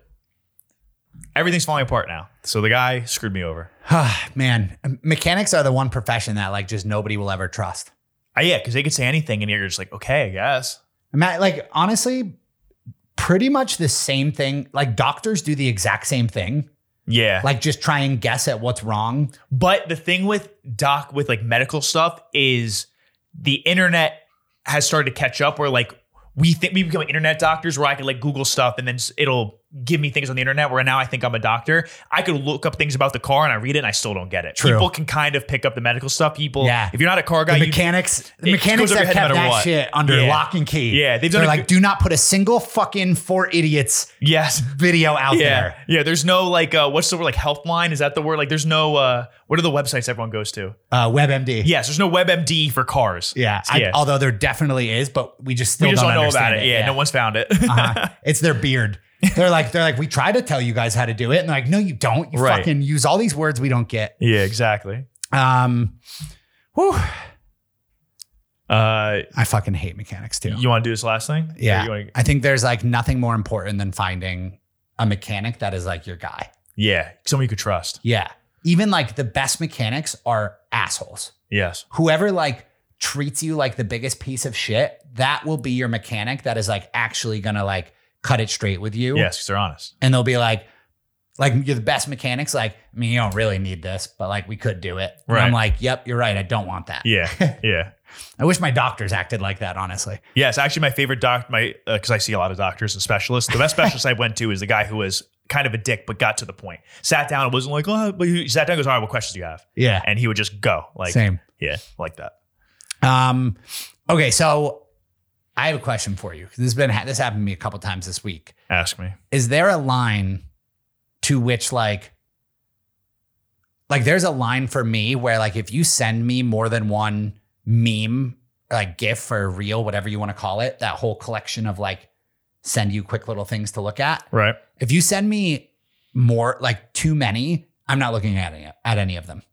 S2: Everything's falling apart now. So the guy screwed me over.
S1: Ah, man, mechanics are the one profession that like just nobody will ever trust.
S2: Uh, yeah, because they could say anything, and you're just like, okay, I guess.
S1: Matt, like honestly, pretty much the same thing. Like doctors do the exact same thing.
S2: Yeah.
S1: Like just try and guess at what's wrong.
S2: but the thing with doc with like medical stuff is the internet has started to catch up where like we think we become internet doctors where I could like Google stuff and then s- it'll give me things on the internet where now I think I'm a doctor. I could look up things about the car and I read it and I still don't get it.
S1: True.
S2: People can kind of pick up the medical stuff. People,
S1: Yeah.
S2: if you're not a car guy,
S1: The
S2: you,
S1: mechanics, the
S2: it
S1: mechanics
S2: goes over
S1: have
S2: your head
S1: kept
S2: no matter
S1: that
S2: what.
S1: shit under
S2: Yeah.
S1: lock and key.
S2: Yeah, they've done
S1: They're
S2: a
S1: like,
S2: good-
S1: do not put a single fucking four idiots
S2: yes.
S1: video out
S2: Yeah.
S1: there.
S2: Yeah. There's no like, uh, what's the word? Like helpline? Is that the word? Like, there's no, uh, what are the websites everyone goes to?
S1: Uh, WebMD.
S2: Yes. There's no WebMD for cars.
S1: Yeah. I,
S2: Yeah.
S1: Although there definitely is, but we just still
S2: We just
S1: don't,
S2: don't know about
S1: understand
S2: it. Yeah, No one's found it.
S1: uh-huh. It's their beard. They're like, they're like, we try to tell you guys how to do it. And they're like, no, you don't. You
S2: Right.
S1: fucking use all these words we don't get.
S2: yeah. Exactly.
S1: Um, whew,
S2: Uh,
S1: I fucking hate mechanics too.
S2: You want to do this last thing? Or
S1: yeah.
S2: you wanna-
S1: I think there's like nothing more important than finding a mechanic that is like your guy.
S2: yeah. Someone you could trust.
S1: Yeah. Even like the best mechanics are assholes.
S2: Yes.
S1: Whoever like treats you like the biggest piece of shit, that will be your mechanic that is like actually gonna like cut it straight with you.
S2: Yes, because they're honest.
S1: And they'll be like, like you're the best mechanics. Like, I mean, you don't really need this, but like we could do it. And I'm
S2: Right.
S1: like, yep, you're right. I don't want that.
S2: Yeah. yeah.
S1: I wish my doctors acted like that, honestly.
S2: Yes. Actually, my favorite doctor, my because I see a lot of doctors and specialists. The best specialist I went to is the guy who was kind of a dick, but got to the point. Sat down and wasn't like, oh, but he sat down. and Goes, all right, what questions do you have?
S1: Yeah.
S2: And he would just go like,
S1: Same.
S2: yeah, like that.
S1: Um, okay, so I have a question for you. This has been this happened to me a couple times this week.
S2: Ask me.
S1: Is there a line to which like like there's a line for me where like if you send me more than one meme, like GIF or reel, whatever you want to call it, that whole collection of like send you quick little things to look at.
S2: Right.
S1: If you send me more like too many, I'm not looking at any at any of them.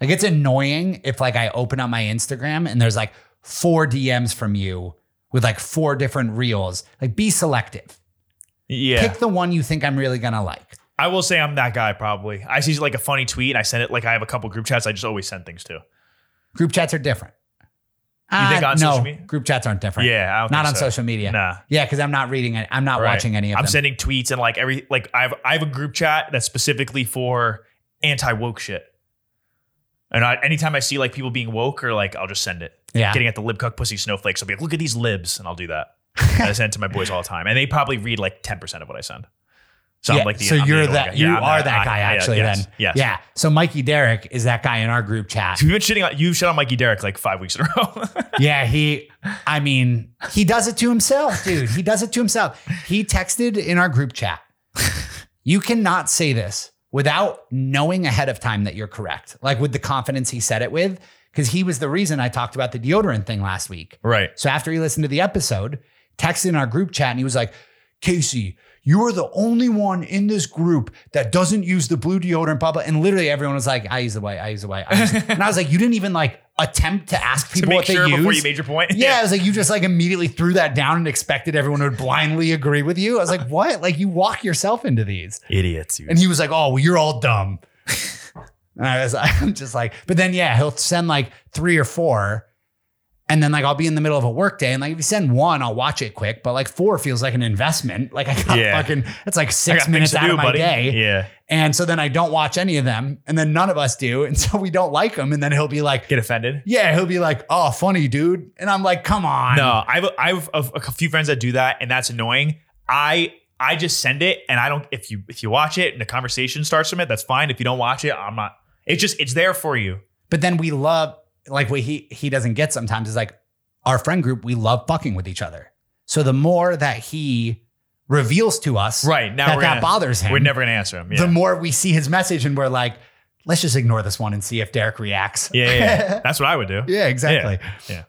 S1: Like it's annoying if like I open up my Instagram and there's like four DMs from you with like four different reels. Like be selective.
S2: Yeah.
S1: Pick the one you think I'm really gonna like.
S2: I will say I'm that guy probably. I see like a funny tweet and I send it like I have a couple group chats I just always send things to.
S1: Group chats are different. Uh,
S2: think on
S1: no,
S2: social media?
S1: group chats aren't different.
S2: Yeah. I don't
S1: not
S2: think
S1: on
S2: so.
S1: social media.
S2: Nah.
S1: Yeah, because I'm not reading it. I'm not
S2: Right.
S1: watching any of
S2: I'm
S1: them.
S2: sending tweets and like every like I've I have a group chat that's specifically for anti woke shit. And I, anytime I see like people being woke or like I'll just send it.
S1: yeah,
S2: Getting at the libcuck pussy snowflakes, I'll be like, look at these libs, and I'll do that. And I send it to my boys all the time, and they probably read like ten percent of what I send. So
S1: Yeah,
S2: I'm like, the,
S1: so
S2: I'm the
S1: you're
S2: annoying
S1: that
S2: guy.
S1: you
S2: Yeah, I'm
S1: are that
S2: I-
S1: guy
S2: I-
S1: actually.
S2: yes,
S1: then
S2: yes.
S1: yeah. So Mikey Derrick is that guy in our group chat.
S2: We've been shitting on you shit on Mikey Derrick like five weeks in a row.
S1: yeah, he. I mean, he does it to himself, dude. He does it to himself. He texted in our group chat. You cannot say this without knowing ahead of time that you're correct, like with the confidence he said it with, because he was the reason I talked about the deodorant thing last week.
S2: right.
S1: So after he listened to the episode, texted in our group chat and he was like, Casey, you are the only one in this group that doesn't use the blue deodorant, blah, blah. And literally everyone was like, I use the white, I use the white. I use the-" and I was like, you didn't even like attempt to ask
S2: To
S1: people
S2: make
S1: what
S2: sure
S1: they
S2: before
S1: use.
S2: you made your point.
S1: yeah, I was like, you just like immediately threw that down and expected everyone would blindly agree with you. I was like, what? Like you walk yourself into these.
S2: Idiots. You.
S1: And he was like, oh, well, you're all dumb. and I was I'm just like, but then yeah, he'll send like three or four. And then like I'll be in the middle of a work day. And like if you send one, I'll watch it quick. But like four feels like an investment. Like I got
S2: Yeah.
S1: fucking that's like
S2: I
S1: six
S2: got things
S1: minutes
S2: to
S1: out
S2: do,
S1: of my
S2: buddy.
S1: day.
S2: Yeah.
S1: And so then I don't watch any of them. And then none of us do. And so we don't like them. And then he'll be like,
S2: Get offended.
S1: Yeah, he'll be like, Oh, funny, dude. And I'm like, come on.
S2: No, I've I've a, a few friends that do that, and that's annoying. I I just send it, and I don't. If you if you watch it and the conversation starts from it, that's fine. If you don't watch it, I'm not. It's just it's there for you.
S1: But then we love like what he he doesn't get sometimes is like our friend group, we love fucking with each other. So the more that he reveals to us
S2: Right now
S1: that
S2: we're
S1: that
S2: gonna,
S1: bothers him,
S2: we're never gonna answer them. Yeah.
S1: the more we see his message and we're like, let's just ignore this one and see if Derek reacts.
S2: yeah, yeah, yeah. that's what I would do.
S1: Yeah, exactly.
S2: Yeah,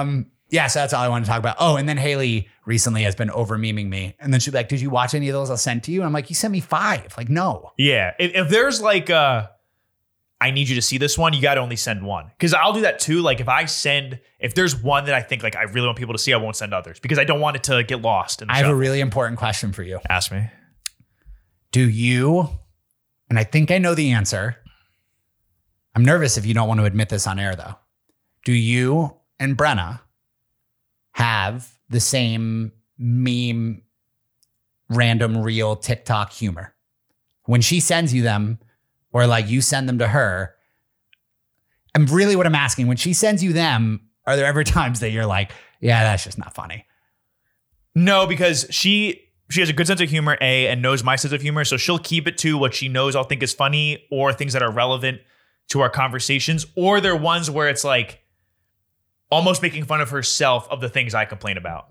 S1: Um, yeah, so that's all I want to talk about. Oh, and then Haley recently has been over memeing me. And then she'd be like, Did you watch any of those I sent to you? And I'm like, You sent me five. Like, no.
S2: Yeah. If, if there's like uh I need you to see this one, you gotta only send one. Cause I'll do that too. Like if I send if there's one that I think like I really want people to see, I won't send others because I don't want it to get lost in the
S1: I have a
S2: shuffle.
S1: really important question for you.
S2: Ask me.
S1: Do you, and I think I know the answer. I'm nervous if you don't want to admit this on air, though. Do you and Brenna have the same meme, random, real TikTok humor? When she sends you them, or like you send them to her, I'm really what I'm asking. When she sends you them, are there ever times that you're like, yeah, that's just not funny?
S2: No, because she she has a good sense of humor, a and knows my sense of humor, so she'll keep it to what she knows I'll think is funny or things that are relevant to our conversations, or they're ones where it's like almost making fun of herself of the things I complain about,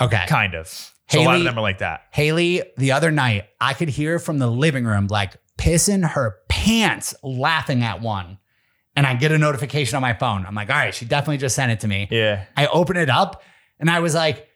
S1: Okay.
S2: kind of. So a lot of
S1: Haley-
S2: them are like that.
S1: Haley, the other night, I could hear from the living room, like pissing her pants, laughing at one. And I get a notification on my phone. I'm like, all right, she definitely just sent it to me.
S2: Yeah.
S1: I open it up and I was like,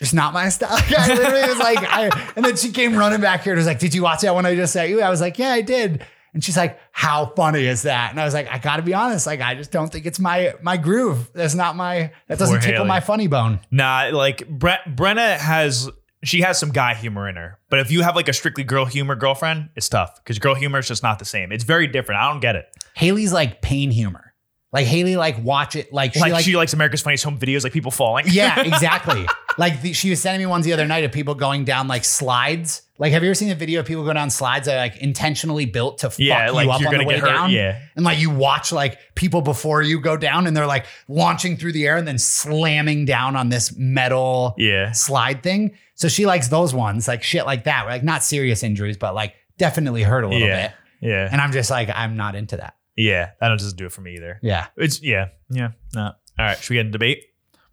S1: it's not my style. Like, I literally was like, I, and then she came running back here and was like, Did you watch that one I just sent you? I was like, Yeah, I did. And she's like, How funny is that? And I was like, I gotta be honest, like I just don't think it's my my groove. That's not my that doesn't
S2: Poor
S1: tickle
S2: Haley.
S1: my funny bone.
S2: Nah, like Bre- Brenna has she has some guy humor in her, but if you have like a strictly girl humor girlfriend, it's tough because girl humor is just not the same. It's very different. I don't get it.
S1: Haley's like pain humor. Like Haley, like watch it, like she
S2: Like,
S1: like,
S2: she likes America's Funniest Home Videos, like people falling.
S1: yeah, exactly. like the, she was sending me ones the other night of people going down like slides. Like, have you ever seen a video of people go down slides that are like intentionally built to fuck
S2: yeah,
S1: you
S2: like
S1: up
S2: you're
S1: on the
S2: gonna
S1: way
S2: get hurt.
S1: down?
S2: Yeah,
S1: and like you watch like people before you go down and they're like launching through the air and then slamming down on this metal
S2: yeah.
S1: slide thing. So she likes those ones, like shit like that. Like not serious injuries, but like definitely hurt a little
S2: Yeah.
S1: bit.
S2: Yeah.
S1: And I'm just like, I'm not into that.
S2: yeah. That doesn't do it for me either.
S1: Yeah.
S2: It's yeah. Yeah. No. All right. Should we get into debate?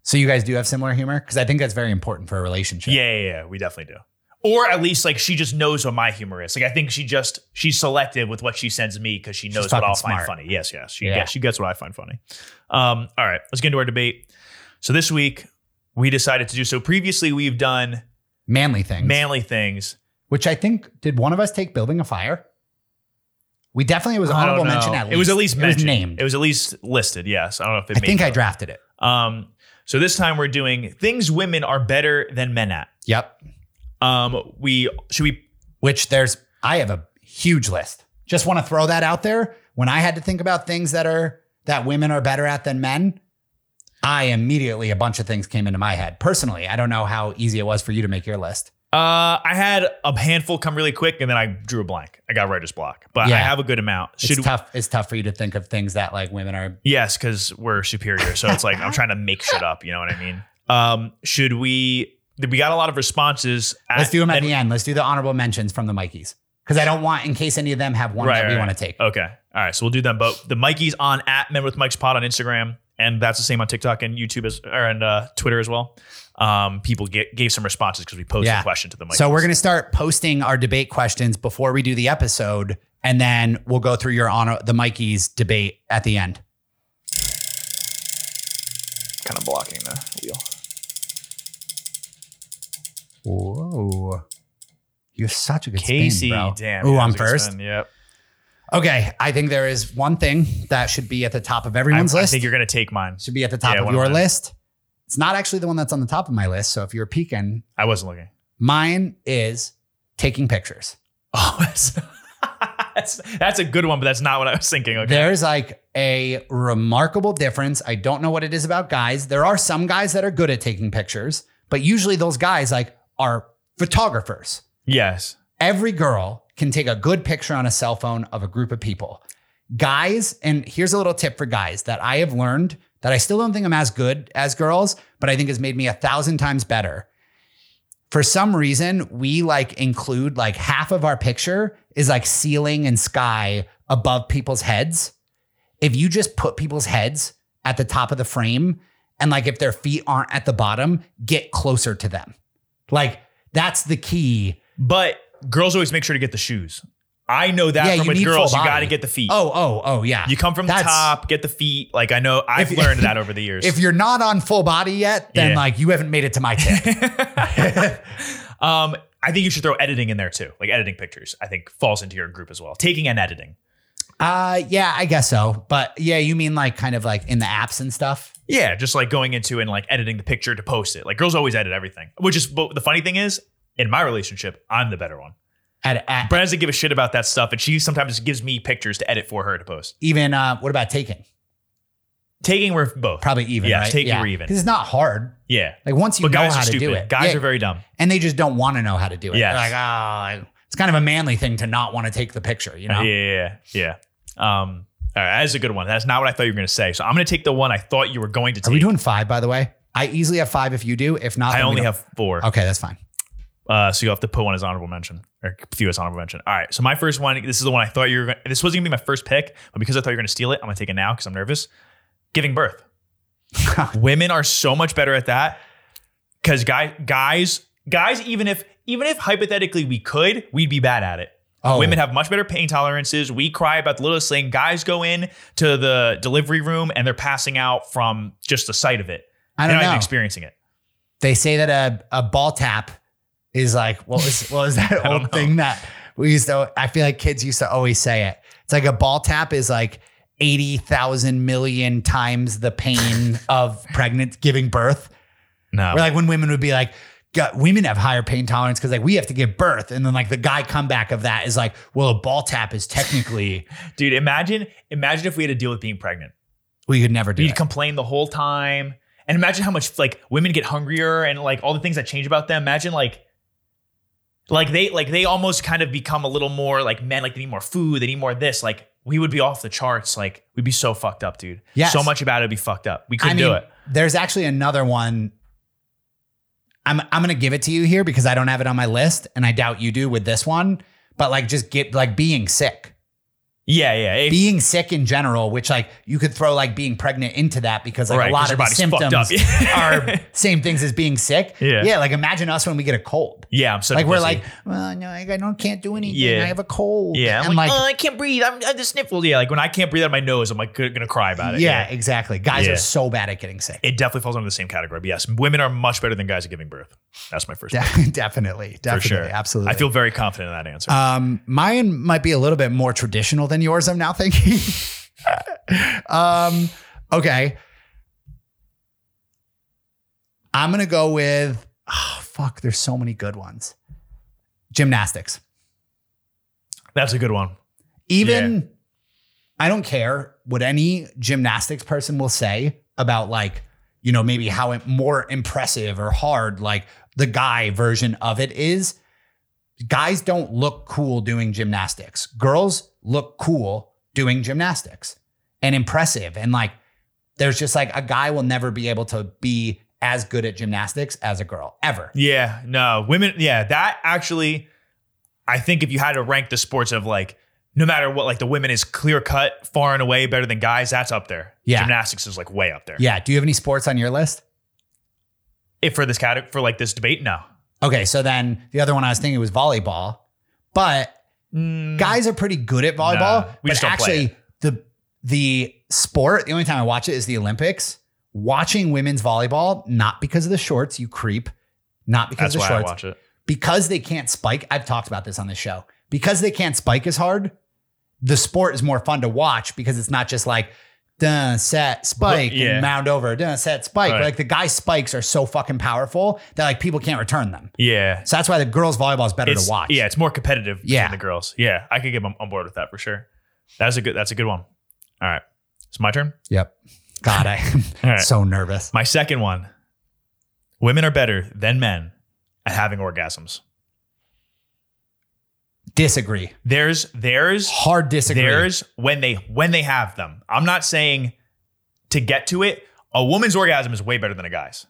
S1: So you guys do have similar humor because I think that's very important for a relationship.
S2: Yeah, yeah, yeah. We definitely do. Or at least like she just knows what my humor is. Like I think she just she's selective with what she sends me because she knows what
S1: fucking
S2: I'll
S1: smart.
S2: find funny. Yes, yes. She
S1: Yeah.
S2: yeah, she gets what I find funny. Um, all right, let's get into our debate. So this week we decided to do so previously we've done
S1: manly things.
S2: manly things.
S1: which I think did one of us take building a fire? We definitely it was
S2: I don't
S1: honorable
S2: know.
S1: mention at least.
S2: It was at least
S1: it was
S2: mentioned.
S1: named.
S2: It was at least listed, yes. I don't know if it
S1: I
S2: made
S1: think I
S2: it.
S1: drafted it.
S2: Um, so this time we're doing things women are better than men at.
S1: Yep.
S2: Um, we should we
S1: which there's I have a huge list. Just want to throw that out there. When I had to think about things that are that women are better at than men, I immediately a bunch of things came into my head. Personally, I don't know how easy it was for you to make your list.
S2: uh I had a handful come really quick and then I drew a blank. I got writer's block, but
S1: Yeah.
S2: I have a good amount.
S1: It's
S2: Should
S1: tough. It's tough for you to think of things that like women are.
S2: yes, because we're superior. So it's like I'm trying to make shit up, you know what I mean? Um, should we we got a lot of responses at,
S1: Let's do them at
S2: then-
S1: the end. Let's do the honorable mentions from the Mikeys because I don't want in case any of them have one
S2: Right,
S1: that we
S2: right, Oh,
S1: want to take.
S2: Okay. All right. So we'll do them both. The Mikey's on at Men with Mike's Pod on Instagram, and that's the same on TikTok and YouTube as or and uh, Twitter as well. Um, people get, gave some responses because we posed
S1: Yeah.
S2: a question to the Mikey's.
S1: So we're gonna start posting our debate questions before we do the episode, and then we'll go through your honor the Mikeys debate at the end.
S2: kind of blocking the wheel.
S1: Whoa. You're such a good
S2: Casey,
S1: spin, bro.
S2: damn.
S1: Ooh,
S2: yeah, that
S1: I'm
S2: was a good
S1: first.
S2: spin. Yep.
S1: Okay, I think there is one thing that should be at the top of everyone's
S2: I, I
S1: list.
S2: think you're gonna take mine.
S1: should be at the top
S2: Yeah,
S1: of
S2: one of
S1: your
S2: mine.
S1: list. It's not actually the one that's on the top of my list. So if you're peeking,
S2: I wasn't looking.
S1: mine is taking pictures.
S2: Oh, that's, that's that's a good one, but that's not what I was thinking. Okay.
S1: There's like a remarkable difference. I don't know what it is about guys. There are some guys that are good at taking pictures, but usually those guys like are photographers.
S2: yes.
S1: every girl can take a good picture on a cell phone of a group of people. Guys, and here's a little tip for guys that I have learned that I still don't think I'm as good as girls, but I think has made me a thousand times better. For some reason, we like include like half of our picture is like ceiling and sky above people's heads. If you just put people's heads at the top of the frame and like if their feet aren't at the bottom, get closer to them. Like that's the key
S2: But girls always make sure to get the shoes. I know that
S1: Yeah,
S2: from
S1: you
S2: with
S1: need full
S2: girls, you
S1: body.
S2: gotta get the feet.
S1: Oh, oh, oh, yeah.
S2: You come from the
S1: That's-
S2: top, get the feet. Like I know I've
S1: If-
S2: learned that over the years.
S1: if you're not on full body yet, then
S2: Yeah.
S1: like you haven't made it to my tip.
S2: um, I think you should throw editing in there too. Like editing pictures, I think falls into your group as well. Taking and editing.
S1: uh, yeah, I guess so. But yeah, you mean like kind of like in the apps and stuff?
S2: Yeah, just like going into and like editing the picture to post it. Like girls always edit everything, which is but the funny thing is in my relationship, I'm the better one.
S1: At, at
S2: Brenda doesn't give a shit about that stuff, and she sometimes gives me pictures to edit for her to post.
S1: even uh, what about taking?
S2: Taking we're both.
S1: Probably even.
S2: Yeah,
S1: right?
S2: taking or even.
S1: Because it's not hard.
S2: Yeah,
S1: Like once you
S2: but
S1: know
S2: guys
S1: how
S2: are
S1: to do
S2: stupid.
S1: it,
S2: Guys
S1: Yeah,
S2: are very dumb.
S1: and they just don't want to know how to do it.
S2: Yes.
S1: They're like, oh, it's kind of a manly thing to not want to take the picture, you know?
S2: Yeah, yeah, yeah. yeah. Um, all right, that is a good one. That's not what I thought you were going to say. So I'm going to take the one I thought you were going to
S1: Are
S2: take.
S1: we doing five, by the way? I easily have five if you do. If not,
S2: I
S1: then we
S2: only
S1: don't-
S2: have four.
S1: Okay, that's fine.
S2: Uh, so you'll have to put one as honorable mention or a few as honorable mention. All right. So my first one, this is the one I thought you were going to, this wasn't going to be my first pick, but because I thought you were going to steal it, I'm going to take it now because I'm nervous. Giving birth. Women are so much better at that because guy, guys, guys, even if, even if hypothetically we could, we'd be bad at it.
S1: Oh,
S2: Women have much better pain tolerances. We cry about the littlest thing. Guys go in to the delivery room and they're passing out from just the sight of it.
S1: I don't
S2: They're not even
S1: know.
S2: experiencing it.
S1: They say that a, a ball tap is like what was what was that
S2: I don't
S1: old thing that we used to? I feel like kids used to always say it. It's like a ball tap is like eighty thousand million times the pain of pregnant giving birth.
S2: No.
S1: Where like when women would be like, "God, women have higher pain tolerance because like we have to give birth, and then like the guy comeback of that is like, well, a ball tap is technically
S2: Dude, imagine, imagine if we had to deal with being pregnant.
S1: we could never do.
S2: You'd
S1: it.
S2: complain the whole time. And imagine how much like women get hungrier and like all the things that change about them. Imagine like like they like they almost kind of become a little more like men, like they need more food, they need more of this. Like we would be off the charts. Like we'd be so fucked up, dude.
S1: Yes.
S2: So much about it would be fucked up. We
S1: I
S2: couldn't
S1: mean,
S2: do it.
S1: there's actually another one. I'm I'm gonna give it to you here because I don't have it on my list, and I doubt you do with this one. But like, just get like being sick,
S2: Yeah, yeah. It-
S1: being sick in general, which like you could throw like being pregnant into that because like
S2: Right,
S1: a
S2: 'cause
S1: lot
S2: your
S1: of the
S2: body's fucked
S1: symptoms
S2: up.
S1: are same things as being sick.
S2: Yeah.
S1: yeah. Like imagine us when we get a cold.
S2: yeah, I'm such a
S1: like we're
S2: pussy.
S1: like, well, no, I don't can't do anything.
S2: Yeah.
S1: I have a cold.
S2: yeah, I'm
S1: and
S2: like,
S1: like,
S2: oh, I can't breathe. I'm, I'm just sniffled. Yeah, like when I can't breathe out of my nose, I'm like gonna cry about it.
S1: yeah, exactly. Guys
S2: Yeah.
S1: are so bad at getting sick.
S2: it definitely falls under the same category. But yes, women are much better than guys at giving birth. That's my first.
S1: De-
S2: pick.
S1: definitely, definitely,
S2: sure.
S1: absolutely.
S2: I feel very confident in that answer.
S1: Um, mine might be a little bit more traditional than yours. I'm now thinking. um, okay. I'm gonna go with. Oh, fuck, there's so many good ones. Gymnastics.
S2: That's a good one.
S1: Even I don't care what any gymnastics person will say about like, you know, maybe how it- more impressive or hard like the guy version of it is. Guys don't look cool doing gymnastics. Girls look cool doing gymnastics and impressive. And like, there's just like a guy will never be able to be as good at gymnastics as a girl ever.
S2: Yeah, no, women. Yeah, that actually, I think if you had to rank the sports of like, no matter what, like the women is clear cut, far and away better than guys. That's up there.
S1: Yeah.
S2: gymnastics is like way up there.
S1: Yeah. Do you have any sports on your list?
S2: If for this category, for like this debate, no.
S1: Okay. So then the other one I was thinking was volleyball, but
S2: Mm,
S1: guys are pretty good at volleyball.
S2: Nah, we
S1: but
S2: just don't play
S1: actually, the the sport, the only time I watch it is the Olympics. Watching women's volleyball, not because of the shorts, you creep, not because
S2: that's
S1: of
S2: why
S1: the
S2: I
S1: shorts,
S2: watch it.
S1: because they can't spike. I've talked about this on the show. Because they can't spike as hard, the sport is more fun to watch because it's not just like duh, set spike
S2: yeah.
S1: and mound over, duh, set spike.
S2: Right.
S1: Like the guys' spikes are so fucking powerful that like people can't return them.
S2: Yeah,
S1: So that's why the girls' volleyball is better
S2: it's,
S1: to watch.
S2: Yeah, it's more competitive.
S1: Yeah.
S2: between the girls. Yeah, I could get on on board with that for sure. That's a good. That's a good one. All right, it's my turn.
S1: Yep. God, I am
S2: All right.
S1: so nervous.
S2: My second one women are better than men at having orgasms.
S1: Disagree.
S2: There's, there's,
S1: Hard disagree.
S2: there's when they, when they have them. I'm not saying to get to it. A woman's orgasm is way better than a guy's.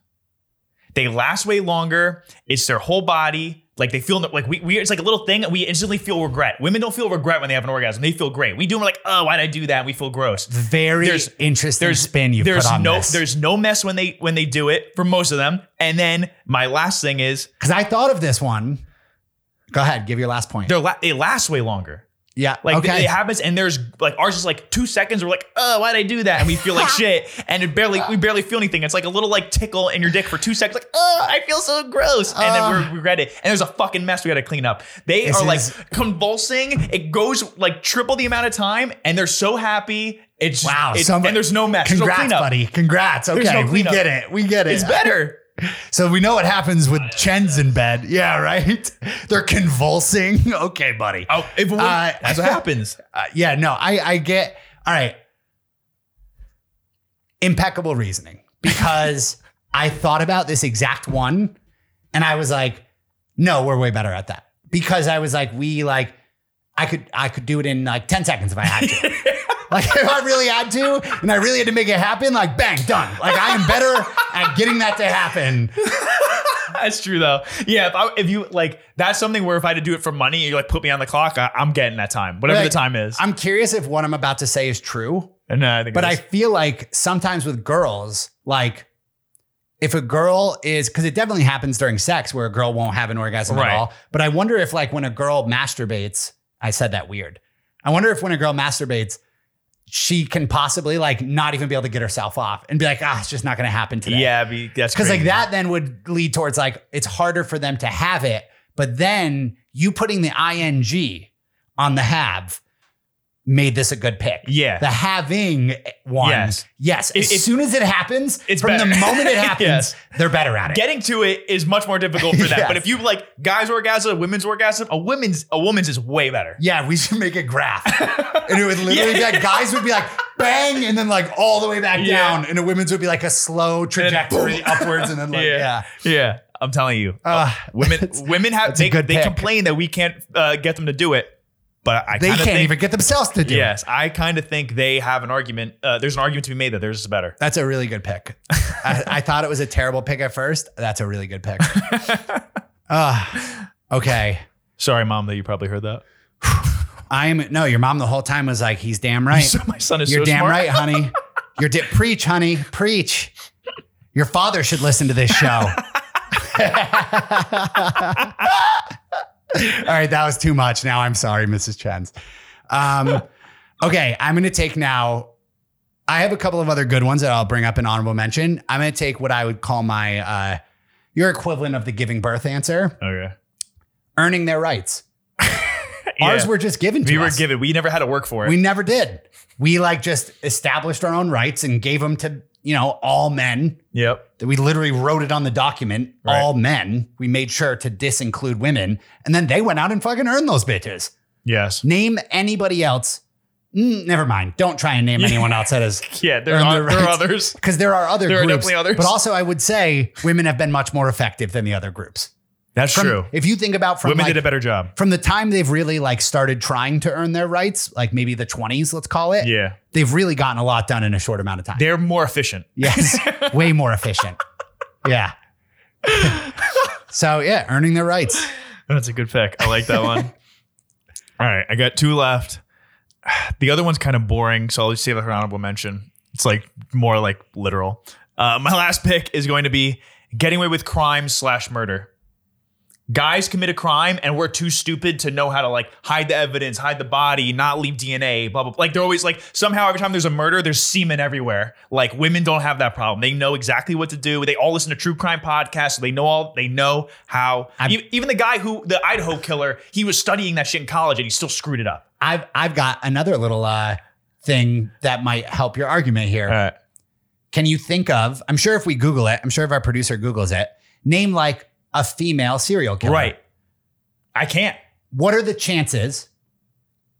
S2: They last way longer. It's their whole body. Like they feel like we, we it's like a little thing. We instantly feel regret. Women don't feel regret when they have an orgasm. They feel great. We do. We're like, oh, why did I do that? We feel gross.
S1: very
S2: there's-
S1: interesting
S2: there's
S1: spin you
S2: there's
S1: put on
S2: no
S1: this.
S2: there's no mess when they when they do it for most of them. And then my last thing is
S1: Because I thought of this one. Go ahead, give your last point.
S2: they're la- they last way longer.
S1: yeah.
S2: Like
S1: okay.
S2: it happens, and there's like ours is like two seconds. We're like, oh, why'd I do that? And we feel like shit, and it barely we barely feel anything. It's like a little like tickle in your dick for two seconds, like, oh, I feel so gross, and
S1: Uh.
S2: then we regret it. And there's a fucking mess we got to clean up. They
S1: This
S2: are
S1: is-
S2: like convulsing. It goes like triple the amount of time, and they're so happy. It's
S1: wow.
S2: It,
S1: somebody-
S2: and there's no mess.
S1: Congrats,
S2: there's no cleanup.
S1: buddy. Congrats.
S2: no
S1: Okay, we
S2: cleanup.
S1: get it. We get it.
S2: It's better.
S1: So we know what happens with Chen's in bed. Yeah, right. They're convulsing. Okay, buddy.
S2: Oh, if we,
S1: Uh,
S2: that's what happens.
S1: Uh, yeah, no, I I get. All right. Impeccable reasoning because I thought about this exact one and I was like, no, we're way better at that. Because I was like, we like I could I could do it in like 10 seconds if I had to. Like if I really had to and I really had to make it happen, like bang, done. Like I am better at getting that to happen.
S2: That's true though. Yeah, if, I, if you like, that's something where if I had to do it for money, you like put me on the clock. I, I'm getting that time, whatever
S1: Like,
S2: the time is.
S1: I'm curious if what I'm about to say is true,
S2: no, I think.
S1: but
S2: it
S1: I
S2: is.
S1: feel like sometimes with girls, like if a girl is because it definitely happens during sex where a girl won't have an orgasm
S2: Right.
S1: at all. But I wonder if like when a girl masturbates, I said that weird. I wonder if when a girl masturbates, she can possibly like not even be able to get herself off and be like, ah, it's just not gonna happen today.
S2: yeah, be, that's
S1: Because like
S2: crazy.
S1: that then would lead towards like it's harder for them to have it, but then you putting the ing on the have made this a good pick.
S2: Yeah.
S1: the having one.
S2: Yes.
S1: Yes,
S2: It-
S1: as
S2: it-
S1: soon as it happens,
S2: It's
S1: from
S2: better.
S1: the moment it happens,
S2: Yes.
S1: they're better at it.
S2: Getting to it is much more difficult for them.
S1: Yes.
S2: But if you like guys orgasm, women's orgasm, a women's a woman's is way better.
S1: yeah, we should make a graph, and it would literally
S2: Yeah.
S1: be like guys would be like bang, and then like all the way back
S2: Yeah.
S1: down, and a women's would be like a slow trajectory upwards, and then like
S2: Yeah.
S1: yeah.
S2: Yeah, I'm telling you,
S1: Uh,
S2: women women have
S1: that's a
S2: they,
S1: good
S2: they
S1: pick.
S2: complain that we can't uh, get them to do it, but I
S1: they
S2: kinda
S1: can't
S2: think,
S1: even get themselves to do it.
S2: Yes, I kind of think they have an argument. Uh, there's an argument to be made that theirs is better.
S1: That's a really good pick. I, I thought it was a terrible pick at first. That's a really good pick. Ah, okay.
S2: Sorry, mom, that you probably heard that.
S1: I'm no, your mom the whole time was like, he's damn right.
S2: So my son is
S1: You're
S2: so
S1: damn
S2: smart.
S1: right, honey. You're di- preach, honey. Preach. Your father should listen to this show. All right, that was too much. Now I'm sorry, Mrs. Chens. Um, okay, I'm going to take now. I have a couple of other good ones that I'll bring up in honorable mention. I'm going to take what I would call my uh, your equivalent of the giving birth answer,
S2: Okay.
S1: earning their rights. Ours
S2: Yeah.
S1: were just given to
S2: we were
S1: us.
S2: given. We never had to work for it.
S1: We never did. We like just established our own rights and gave them to, you know, all men.
S2: yep.
S1: That we literally wrote it on the document,
S2: Right.
S1: all men. We made sure to disinclude women. And then they went out and fucking earned those bitches.
S2: Yes.
S1: Name anybody else. Mm, never mind. Don't try and name anyone else that is.
S2: Yeah. There
S1: Earn
S2: are,
S1: their
S2: there are
S1: rights.
S2: others.
S1: Because there are other
S2: There are
S1: groups.
S2: definitely others.
S1: But also, I would say women have been much more effective than the other groups.
S2: That's
S1: From-
S2: true.
S1: If you think about from
S2: Women
S1: like,
S2: did a better job.
S1: from the time they've really like started trying to earn their rights, like maybe the 20s, let's call it,
S2: Yeah.
S1: they've really gotten a lot done in a short amount of time.
S2: They're more efficient.
S1: Yes. Way more efficient. Yeah. so yeah, earning their rights.
S2: That's a good pick. I like that one. All right. I got two left. The other one's kind of boring, so I'll just save it for an honorable mention. It's like more like literal. Uh, my last pick is going to be getting away with crime slash murder. Guys commit a crime and we're too stupid to know how to like hide the evidence, hide the body, not leave DNA, blah, blah, blah. Like they're always like, somehow every time there's a murder, there's semen everywhere. Like women don't have that problem. They know exactly what to do. They all listen to true crime podcasts. So they know all, they know how.
S1: I'm-
S2: E- even the guy who, the Idaho killer, he was studying that shit in college and he still screwed it up.
S1: I've I've got another little uh thing that might help your argument here.
S2: right.
S1: Can you think of, I'm sure if we Google it, I'm sure if our producer Googles it, name like a female serial killer.
S2: Right. I can't.
S1: What are the chances,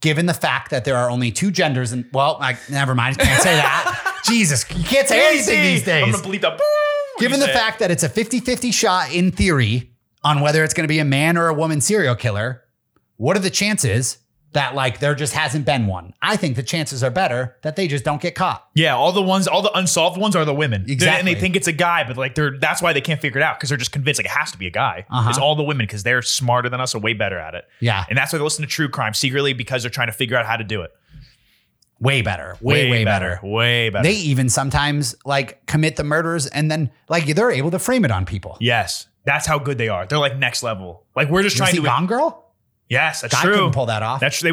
S1: given the fact that there are only two genders and well, I never mind, I can't say that. Jesus, you can't say anything
S2: Easy.
S1: these days.
S2: I'm gonna bleep the. boo when
S1: Given the
S2: you say it.
S1: fact that it's a 50 50 shot in theory on whether it's going to be a man or a woman serial killer, what are the chances that like there just hasn't been one? I think the chances are better that they just don't get caught.
S2: Yeah, all the ones, all the unsolved ones are the women. They're- and
S1: Exactly.
S2: they think it's a guy, but like they're that's why they can't figure it out because they're just convinced like it has to be a guy.
S1: Uh-huh.
S2: It's all the women because they're smarter than us, are way better at it,
S1: Yeah,
S2: and that's why they listen to true crime secretly because they're trying to figure out how to do it.
S1: way better, way way, better.
S2: way better.
S1: They even sometimes like commit the murders and then like they're able to frame it on people.
S2: yes, that's how good they are. They're like next level. Like we're just
S1: You
S2: trying
S1: see
S2: to.
S1: Gone Girl?
S2: Yes, that's
S1: God
S2: true.
S1: couldn't pull that off.
S2: That's they.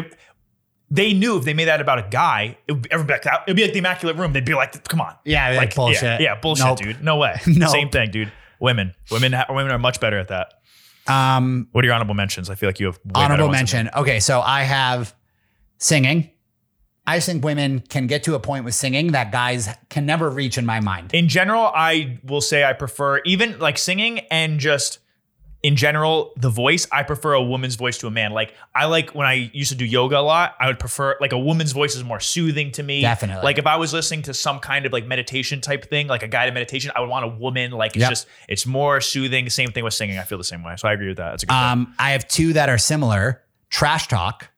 S2: They knew if they made that about a guy, it would be, everybody would be like, it'd be like the Immaculate Room. They'd be like, "Come on,
S1: yeah, like,
S2: yeah,
S1: bullshit.
S2: Yeah, bullshit,
S1: Nope.
S2: dude. No way.
S1: Nope.
S2: Same thing, dude. Women, women, ha- women are much better at that.
S1: Um,
S2: What are your honorable mentions? I feel like you have way better
S1: honorable
S2: ones.
S1: mention. Okay, so I have singing. I just think women can get to a point with singing that guys can never reach in my mind.
S2: In general, I will say I prefer even like singing and just in general the voice. I prefer a woman's voice to a man. Like I like when I used to do yoga a lot. I would prefer like a woman's voice is more soothing to me.
S1: Definitely.
S2: Like if I was listening to some kind of like meditation type thing, like a guided meditation, I would want a woman. Like it's
S1: Yep.
S2: just it's more soothing. Same thing with singing. I feel the same way. So I agree with that. That's a good.
S1: Um, I have two that are similar: trash talk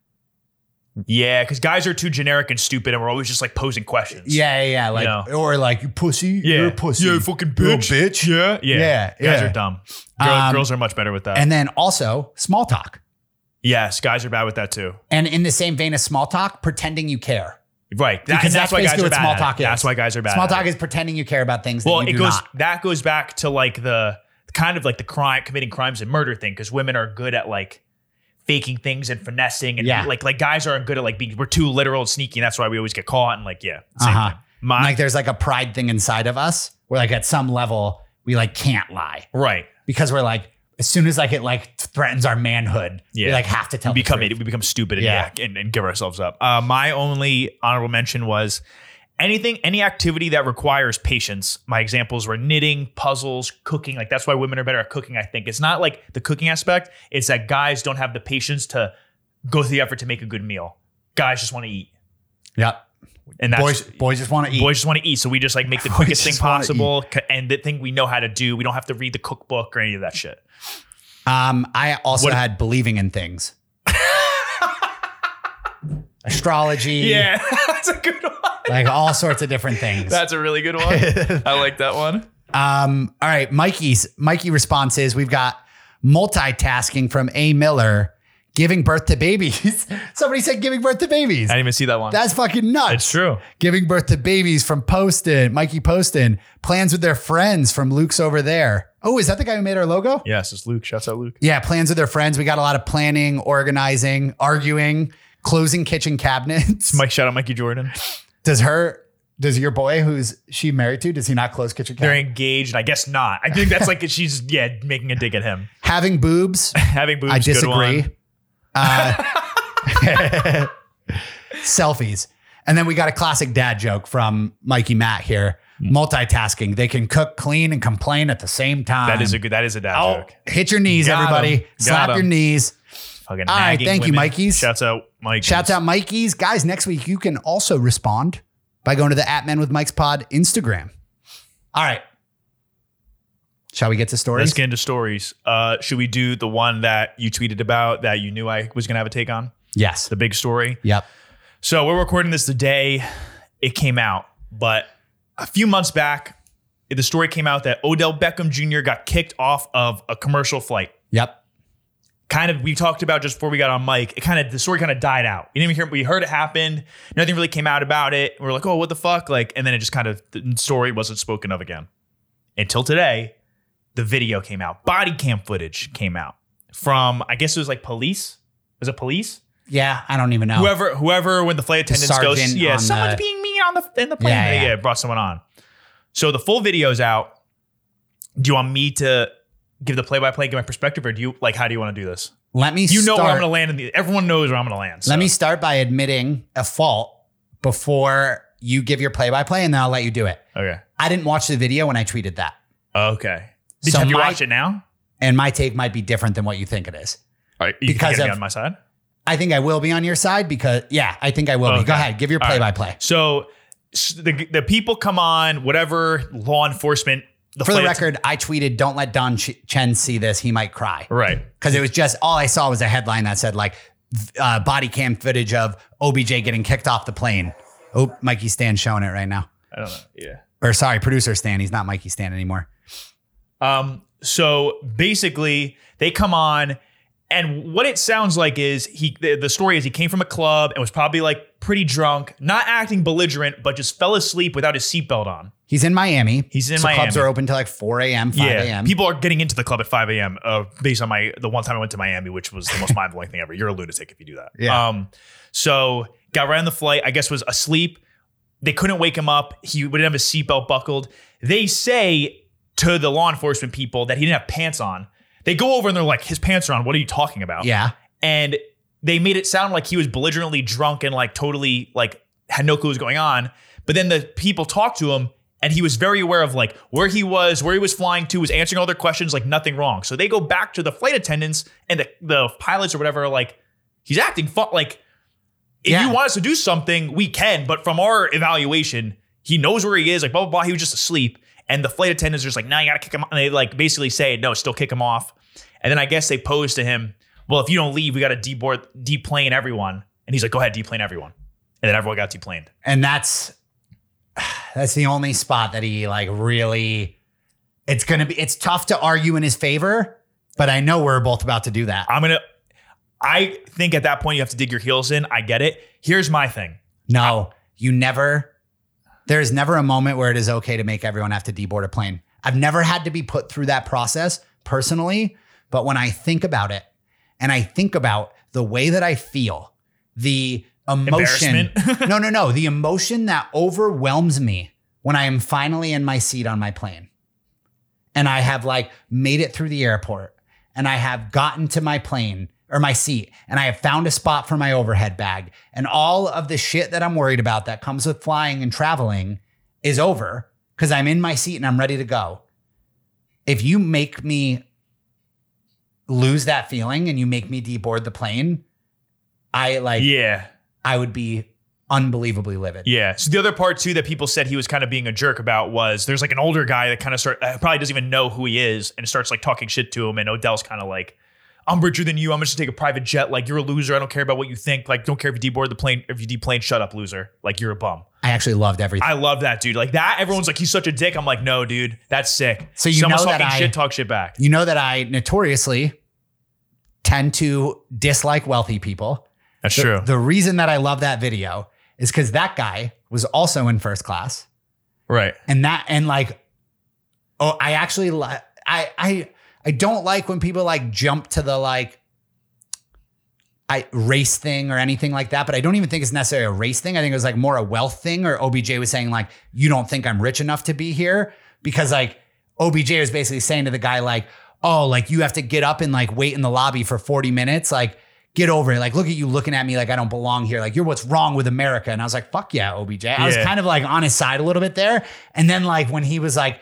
S2: Yeah, because guys are too generic and stupid, and we're always just like posing questions.
S1: Yeah, yeah, yeah, like
S2: Yeah.
S1: or like you pussy,
S2: yeah,
S1: you're a pussy,
S2: Yeah, fucking
S1: You're a
S2: bitch, bitch. Yeah, yeah,
S1: Yeah,
S2: Guys
S1: yeah.
S2: are dumb. Girl,
S1: Um,
S2: girls are much better with that.
S1: And then also small talk,
S2: yes, guys are bad with that too.
S1: and in the same vein as small talk, pretending you care.
S2: Right, That-
S1: Because
S2: and that's,
S1: that's
S2: why guys
S1: basically
S2: are
S1: what
S2: bad.
S1: small
S2: at it.
S1: talk is.
S2: That's why guys are bad.
S1: Small
S2: at it.
S1: talk is pretending you care about things
S2: Well,
S1: that you
S2: it
S1: do
S2: goes
S1: not.
S2: that goes back to like the kind of like the crime committing crimes and murder thing because women are good at like faking things and finessing and
S1: Yeah.
S2: like like guys aren't good at like being we're too literal and sneaky and that's why we always get caught and like yeah same
S1: Uh-huh.
S2: thing. My,
S1: like there's like a pride thing inside of us where like at some level we like can't lie
S2: right
S1: because we're like as soon as like it like threatens our manhood, we
S2: Yeah.
S1: like have to tell.
S2: we
S1: the
S2: become
S1: truth.
S2: idiot, we become stupid and,
S1: Yeah.
S2: yeah. and, and give ourselves up uh, my only honorable mention was anything any activity that requires patience my examples were knitting puzzles cooking like that's why women are better at cooking i think it's not like the cooking aspect it's that guys don't have the patience to go through the effort to make a good meal guys just want to eat
S1: Yep.
S2: and that's
S1: Boys, boys just want to eat.
S2: Boys just want to eat, so we just like make the quickest thing
S1: just wanna
S2: possible, c- and the thing we know how to do. We don't have to read the cookbook or any of that shit.
S1: Um, I also
S2: What-
S1: had believing in things, astrology,
S2: Yeah, that's a good one.
S1: like all sorts of different things.
S2: That's a really good one. I like that one.
S1: Um, all right, Mikey's Mikey responses. We've got multitasking from A. Miller, giving birth to babies. Somebody said giving birth to babies.
S2: I didn't even see that one.
S1: That's fucking nuts.
S2: It's true.
S1: Giving birth to babies from Poston, Mikey Poston. Plans with their friends from Luke's over there. Oh, is that the guy who made our logo?
S2: Yes, it's Luke. Shouts out Luke.
S1: Yeah, plans with their friends. We got a lot of planning, organizing, arguing, closing kitchen cabinets.
S2: Mike, shout out Mikey Jordan.
S1: does her, does your boy who's she married to, does he not close kitchen
S2: They're
S1: cabinets?
S2: engaged. I guess not. I think that's like she's yeah making a dig at him.
S1: Having boobs.
S2: Having boobs.
S1: I
S2: Good
S1: disagree.
S2: one.
S1: Uh, selfies. And then we got a classic dad joke from Mikey Matt here.
S2: Hmm.
S1: Multitasking. They can cook, clean, and complain at the same time.
S2: That is a good. That is a dad
S1: Oh,
S2: joke.
S1: hit your knees,
S2: Got 'em.
S1: everybody.
S2: Got
S1: Slap
S2: 'em.
S1: your knees.
S2: Fucking
S1: all right,
S2: nagging
S1: thank you,
S2: women.
S1: Mikeys.
S2: Shouts out Mike.
S1: Shouts out Mikey's. Guys, next week you can also respond by going to the at men with Mike's pod Instagram. All right. Shall we get to stories?
S2: Let's get into stories. Uh, should we do the one that you tweeted about that you knew I was gonna have a take on?
S1: yes.
S2: The big story.
S1: Yep.
S2: So we're recording this the day it came out, but a few months back, the story came out that Odell Beckham Jr. got kicked off of a commercial flight.
S1: Yep.
S2: Kind of, we talked about just before we got on mic. It kind of the story kind of died out. You didn't even hear. We heard it happened. Nothing really came out about it. We're like, oh, what the fuck? Like, and then it just kind of the story wasn't spoken of again until today. The video came out. Body cam footage came out from I guess it was like police. Was it police?
S1: Yeah. I don't even know.
S2: whoever whoever when the flight attendants goes
S1: sergeant
S2: yeah
S1: on
S2: someone's
S1: the-
S2: being mean on the in the plane
S1: Yeah,
S2: yeah,
S1: yeah.
S2: brought someone on so the full video's out do you want me to give the play-by-play give my perspective or do you like how do you want to do this
S1: Let me
S2: you know
S1: start.
S2: where i'm gonna land in the everyone knows where i'm gonna land so.
S1: Let me start by admitting a fault before you give your play by play, and then I'll let you do it.
S2: okay
S1: I didn't watch the video when I tweeted that.
S2: okay did
S1: So
S2: have you
S1: my-
S2: watch it now
S1: And my take might be different than what you think it is.
S2: All right, you think
S1: because
S2: you're gonna be
S1: of-
S2: on my side
S1: I think I will be on your side because, yeah, I think I will be.
S2: Okay.
S1: Go ahead. Give your
S2: All
S1: play
S2: right.
S1: by play.
S2: so s- the, the people come on whatever law enforcement the
S1: For the
S2: flight att-
S1: record, I tweeted, don't let Don Ch- Chen see this. He might cry.
S2: right
S1: Because it was just, all I saw was a headline that said, like, uh, body cam footage of OBJ getting kicked off the plane. Oh, Mikey Stan showing it right now.
S2: i don't know yeah
S1: Or sorry, producer Stan. He's not Mikey Stan anymore.
S2: Um, so basically, they come on, and what it sounds like is he. The, the story is he came from a club and was probably like pretty drunk, not acting belligerent, but just fell asleep without his seatbelt on.
S1: He's in Miami.
S2: He's in
S1: so Clubs
S2: Miami.
S1: are open till like 4 a.m., 5 a.m.
S2: people are getting into the club at 5 a.m. Uh, based on my the one time I went to Miami, which was the most mind blowing thing ever. You're a lunatic if you do that.
S1: Yeah.
S2: Um, so got right on the flight. I guess was asleep. They couldn't wake him up. He wouldn't have his seatbelt buckled. They say to the law enforcement people that he didn't have pants on. They go over and they're like, "His pants are on. What are you talking about?"
S1: yeah.
S2: and they made it sound like he was belligerently drunk and like totally like had no clue what was going on. But then the people talked to him and he was very aware of like where he was, where he was flying to, was answering all their questions, like nothing wrong. So they go back to the flight attendants and the, the pilots or whatever, are like, he's acting fu- like if
S1: Yeah.
S2: you want us to do something, we can. But from our evaluation, he knows where he is, like blah blah blah. He was just asleep. And the flight attendants are just like, nah, you gotta kick him. And they like basically say, no, still kick him off. And then I guess they pose to him, well, if you don't leave, we gotta deboard deplane everyone. And he's like, go ahead, deplane everyone. And then everyone got deplaned.
S1: and that's that's the only spot that he like really it's gonna be it's tough to argue in his favor but i know we're both about to do that
S2: I'm going to, I think at that point you have to dig your heels in. I get it. Here's my thing.
S1: no you never there's never a moment where it is okay to make everyone have to deboard a plane i've never had to be put through that process personally but when i think about it and i think about the way that i feel the emotion
S2: Embarrassment.
S1: no no no the emotion that overwhelms me when i am finally in my seat on my plane and I have like made it through the airport and I have gotten to my plane or my seat and I have found a spot for my overhead bag and all of the shit that I'm worried about that comes with flying and traveling is over because I'm in my seat and I'm ready to go. If you make me lose that feeling and you make me deboard the plane, I like
S2: yeah.
S1: I would be unbelievably livid.
S2: Yeah. So the other part too that people said he was kind of being a jerk about was there's like an older guy that kind of start uh, probably doesn't even know who he is and starts like talking shit to him and Odell's kind of like I'm richer than you. I'm just gonna take a private jet. Like you're a loser. I don't care about what you think. Like don't care if you deboard the plane. If you deplane, shut up, loser. Like you're a bum.
S1: I actually loved everything.
S2: I love that dude. Like that. Everyone's like he's such a dick. I'm like no, dude. That's sick.
S1: So you
S2: Someone's
S1: know that
S2: talking
S1: I-
S2: shit, talk shit back.
S1: You know that I notoriously tend to dislike wealthy people.
S2: That's
S1: The-
S2: true.
S1: The reason that I love that video is because that guy was also in first class,
S2: right.
S1: and that and like, oh, I actually li- I I I don't like when people like jump to the like. I race thing or anything like that, but I don't even think it's necessarily a race thing. I think it was like more a wealth thing, or OBJ was saying, like, you don't think I'm rich enough to be here. Because like OBJ was basically saying to the guy, like, oh, like you have to get up and like wait in the lobby for 40 minutes. Like, get over it. Like, look at you looking at me like I don't belong here. Like, you're what's wrong with America. And I was like, fuck yeah, OBJ. I was
S2: Yeah.
S1: kind of like on his side a little bit there. And then like when he was like,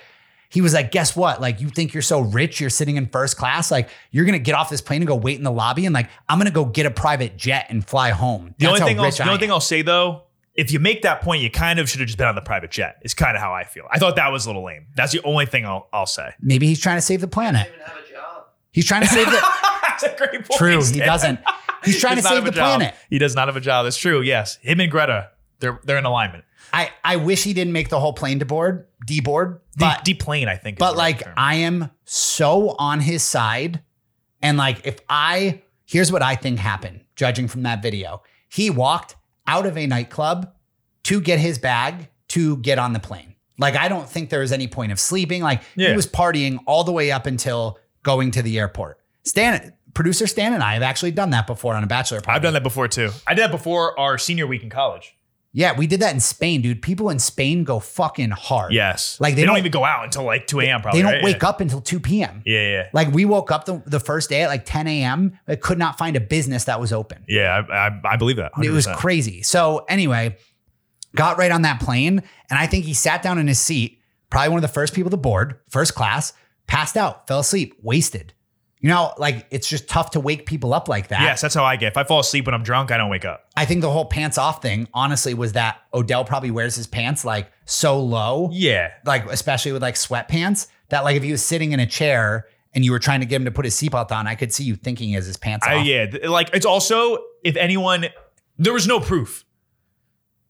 S1: he was like, guess what? Like, you think you're so rich, you're sitting in first class. Like, you're gonna get off this plane and go wait in the lobby, and like, I'm gonna go get a private jet and fly home.
S2: The
S1: That's
S2: only
S1: how
S2: thing, I'll,
S1: rich
S2: the
S1: I
S2: only
S1: am.
S2: thing I'll say though, if you make that point, you kind of should have just been on the private jet. Is kind of how I feel. I thought that was a little lame. That's the only thing I'll, I'll say.
S1: Maybe he's trying to save the
S4: doesn't
S1: planet.
S4: even have a job.
S1: He's trying to save the
S2: That's a great point.
S1: true. He
S2: Stan.
S1: doesn't. He's trying
S2: Does
S1: to
S2: not
S1: save
S2: have a
S1: the
S2: job.
S1: planet.
S2: He does not have a job. That's true. Yes, him and Greta, they're they're in alignment.
S1: I I wish he didn't make the whole plane to board deboard,
S2: De-
S1: but
S2: deplane, I think. is
S1: but
S2: the right
S1: like
S2: term.
S1: I am so on his side, and like if I here's what I think happened, judging from that video, he walked out of a nightclub to get his bag to get on the plane. Like I don't think there was any point of sleeping. Like
S2: Yeah.
S1: he was partying all the way up until going to the airport. Stan, producer Stan, and I have actually done that before on a bachelor party.
S2: I've done that before too. I did that before our senior week in college.
S1: Yeah, we did that in Spain, dude. People in Spain go fucking hard.
S2: Yes,
S1: Like, they
S2: don't,
S1: don't-
S2: even go out until like two a.m. Probably
S1: They don't
S2: right?
S1: wake
S2: Oh, yeah.
S1: up until 2 p.m.
S2: Yeah, yeah,
S1: Like we woke up the, the first day at like 10 a.m. I could not find a business that was open.
S2: yeah. I, I, I believe that.
S1: It was
S2: 100%.
S1: crazy. So anyway, got right on that plane, and I think he sat down in his seat, probably one of the first people to board, first class, passed out, fell asleep, wasted. You know, like it's just tough to wake people up like that.
S2: Yes, that's how I get. If I fall asleep when I'm drunk, I don't wake up.
S1: I think the whole pants off thing, honestly, was that Odell probably wears his pants like so low
S2: Yeah,
S1: like especially with like sweatpants that like if he was sitting in a chair and you were trying to get him to put his seatbelt on, I could see you thinking is his pants
S2: I,
S1: off.
S2: yeah, th- like it's also if anyone, there was no proof.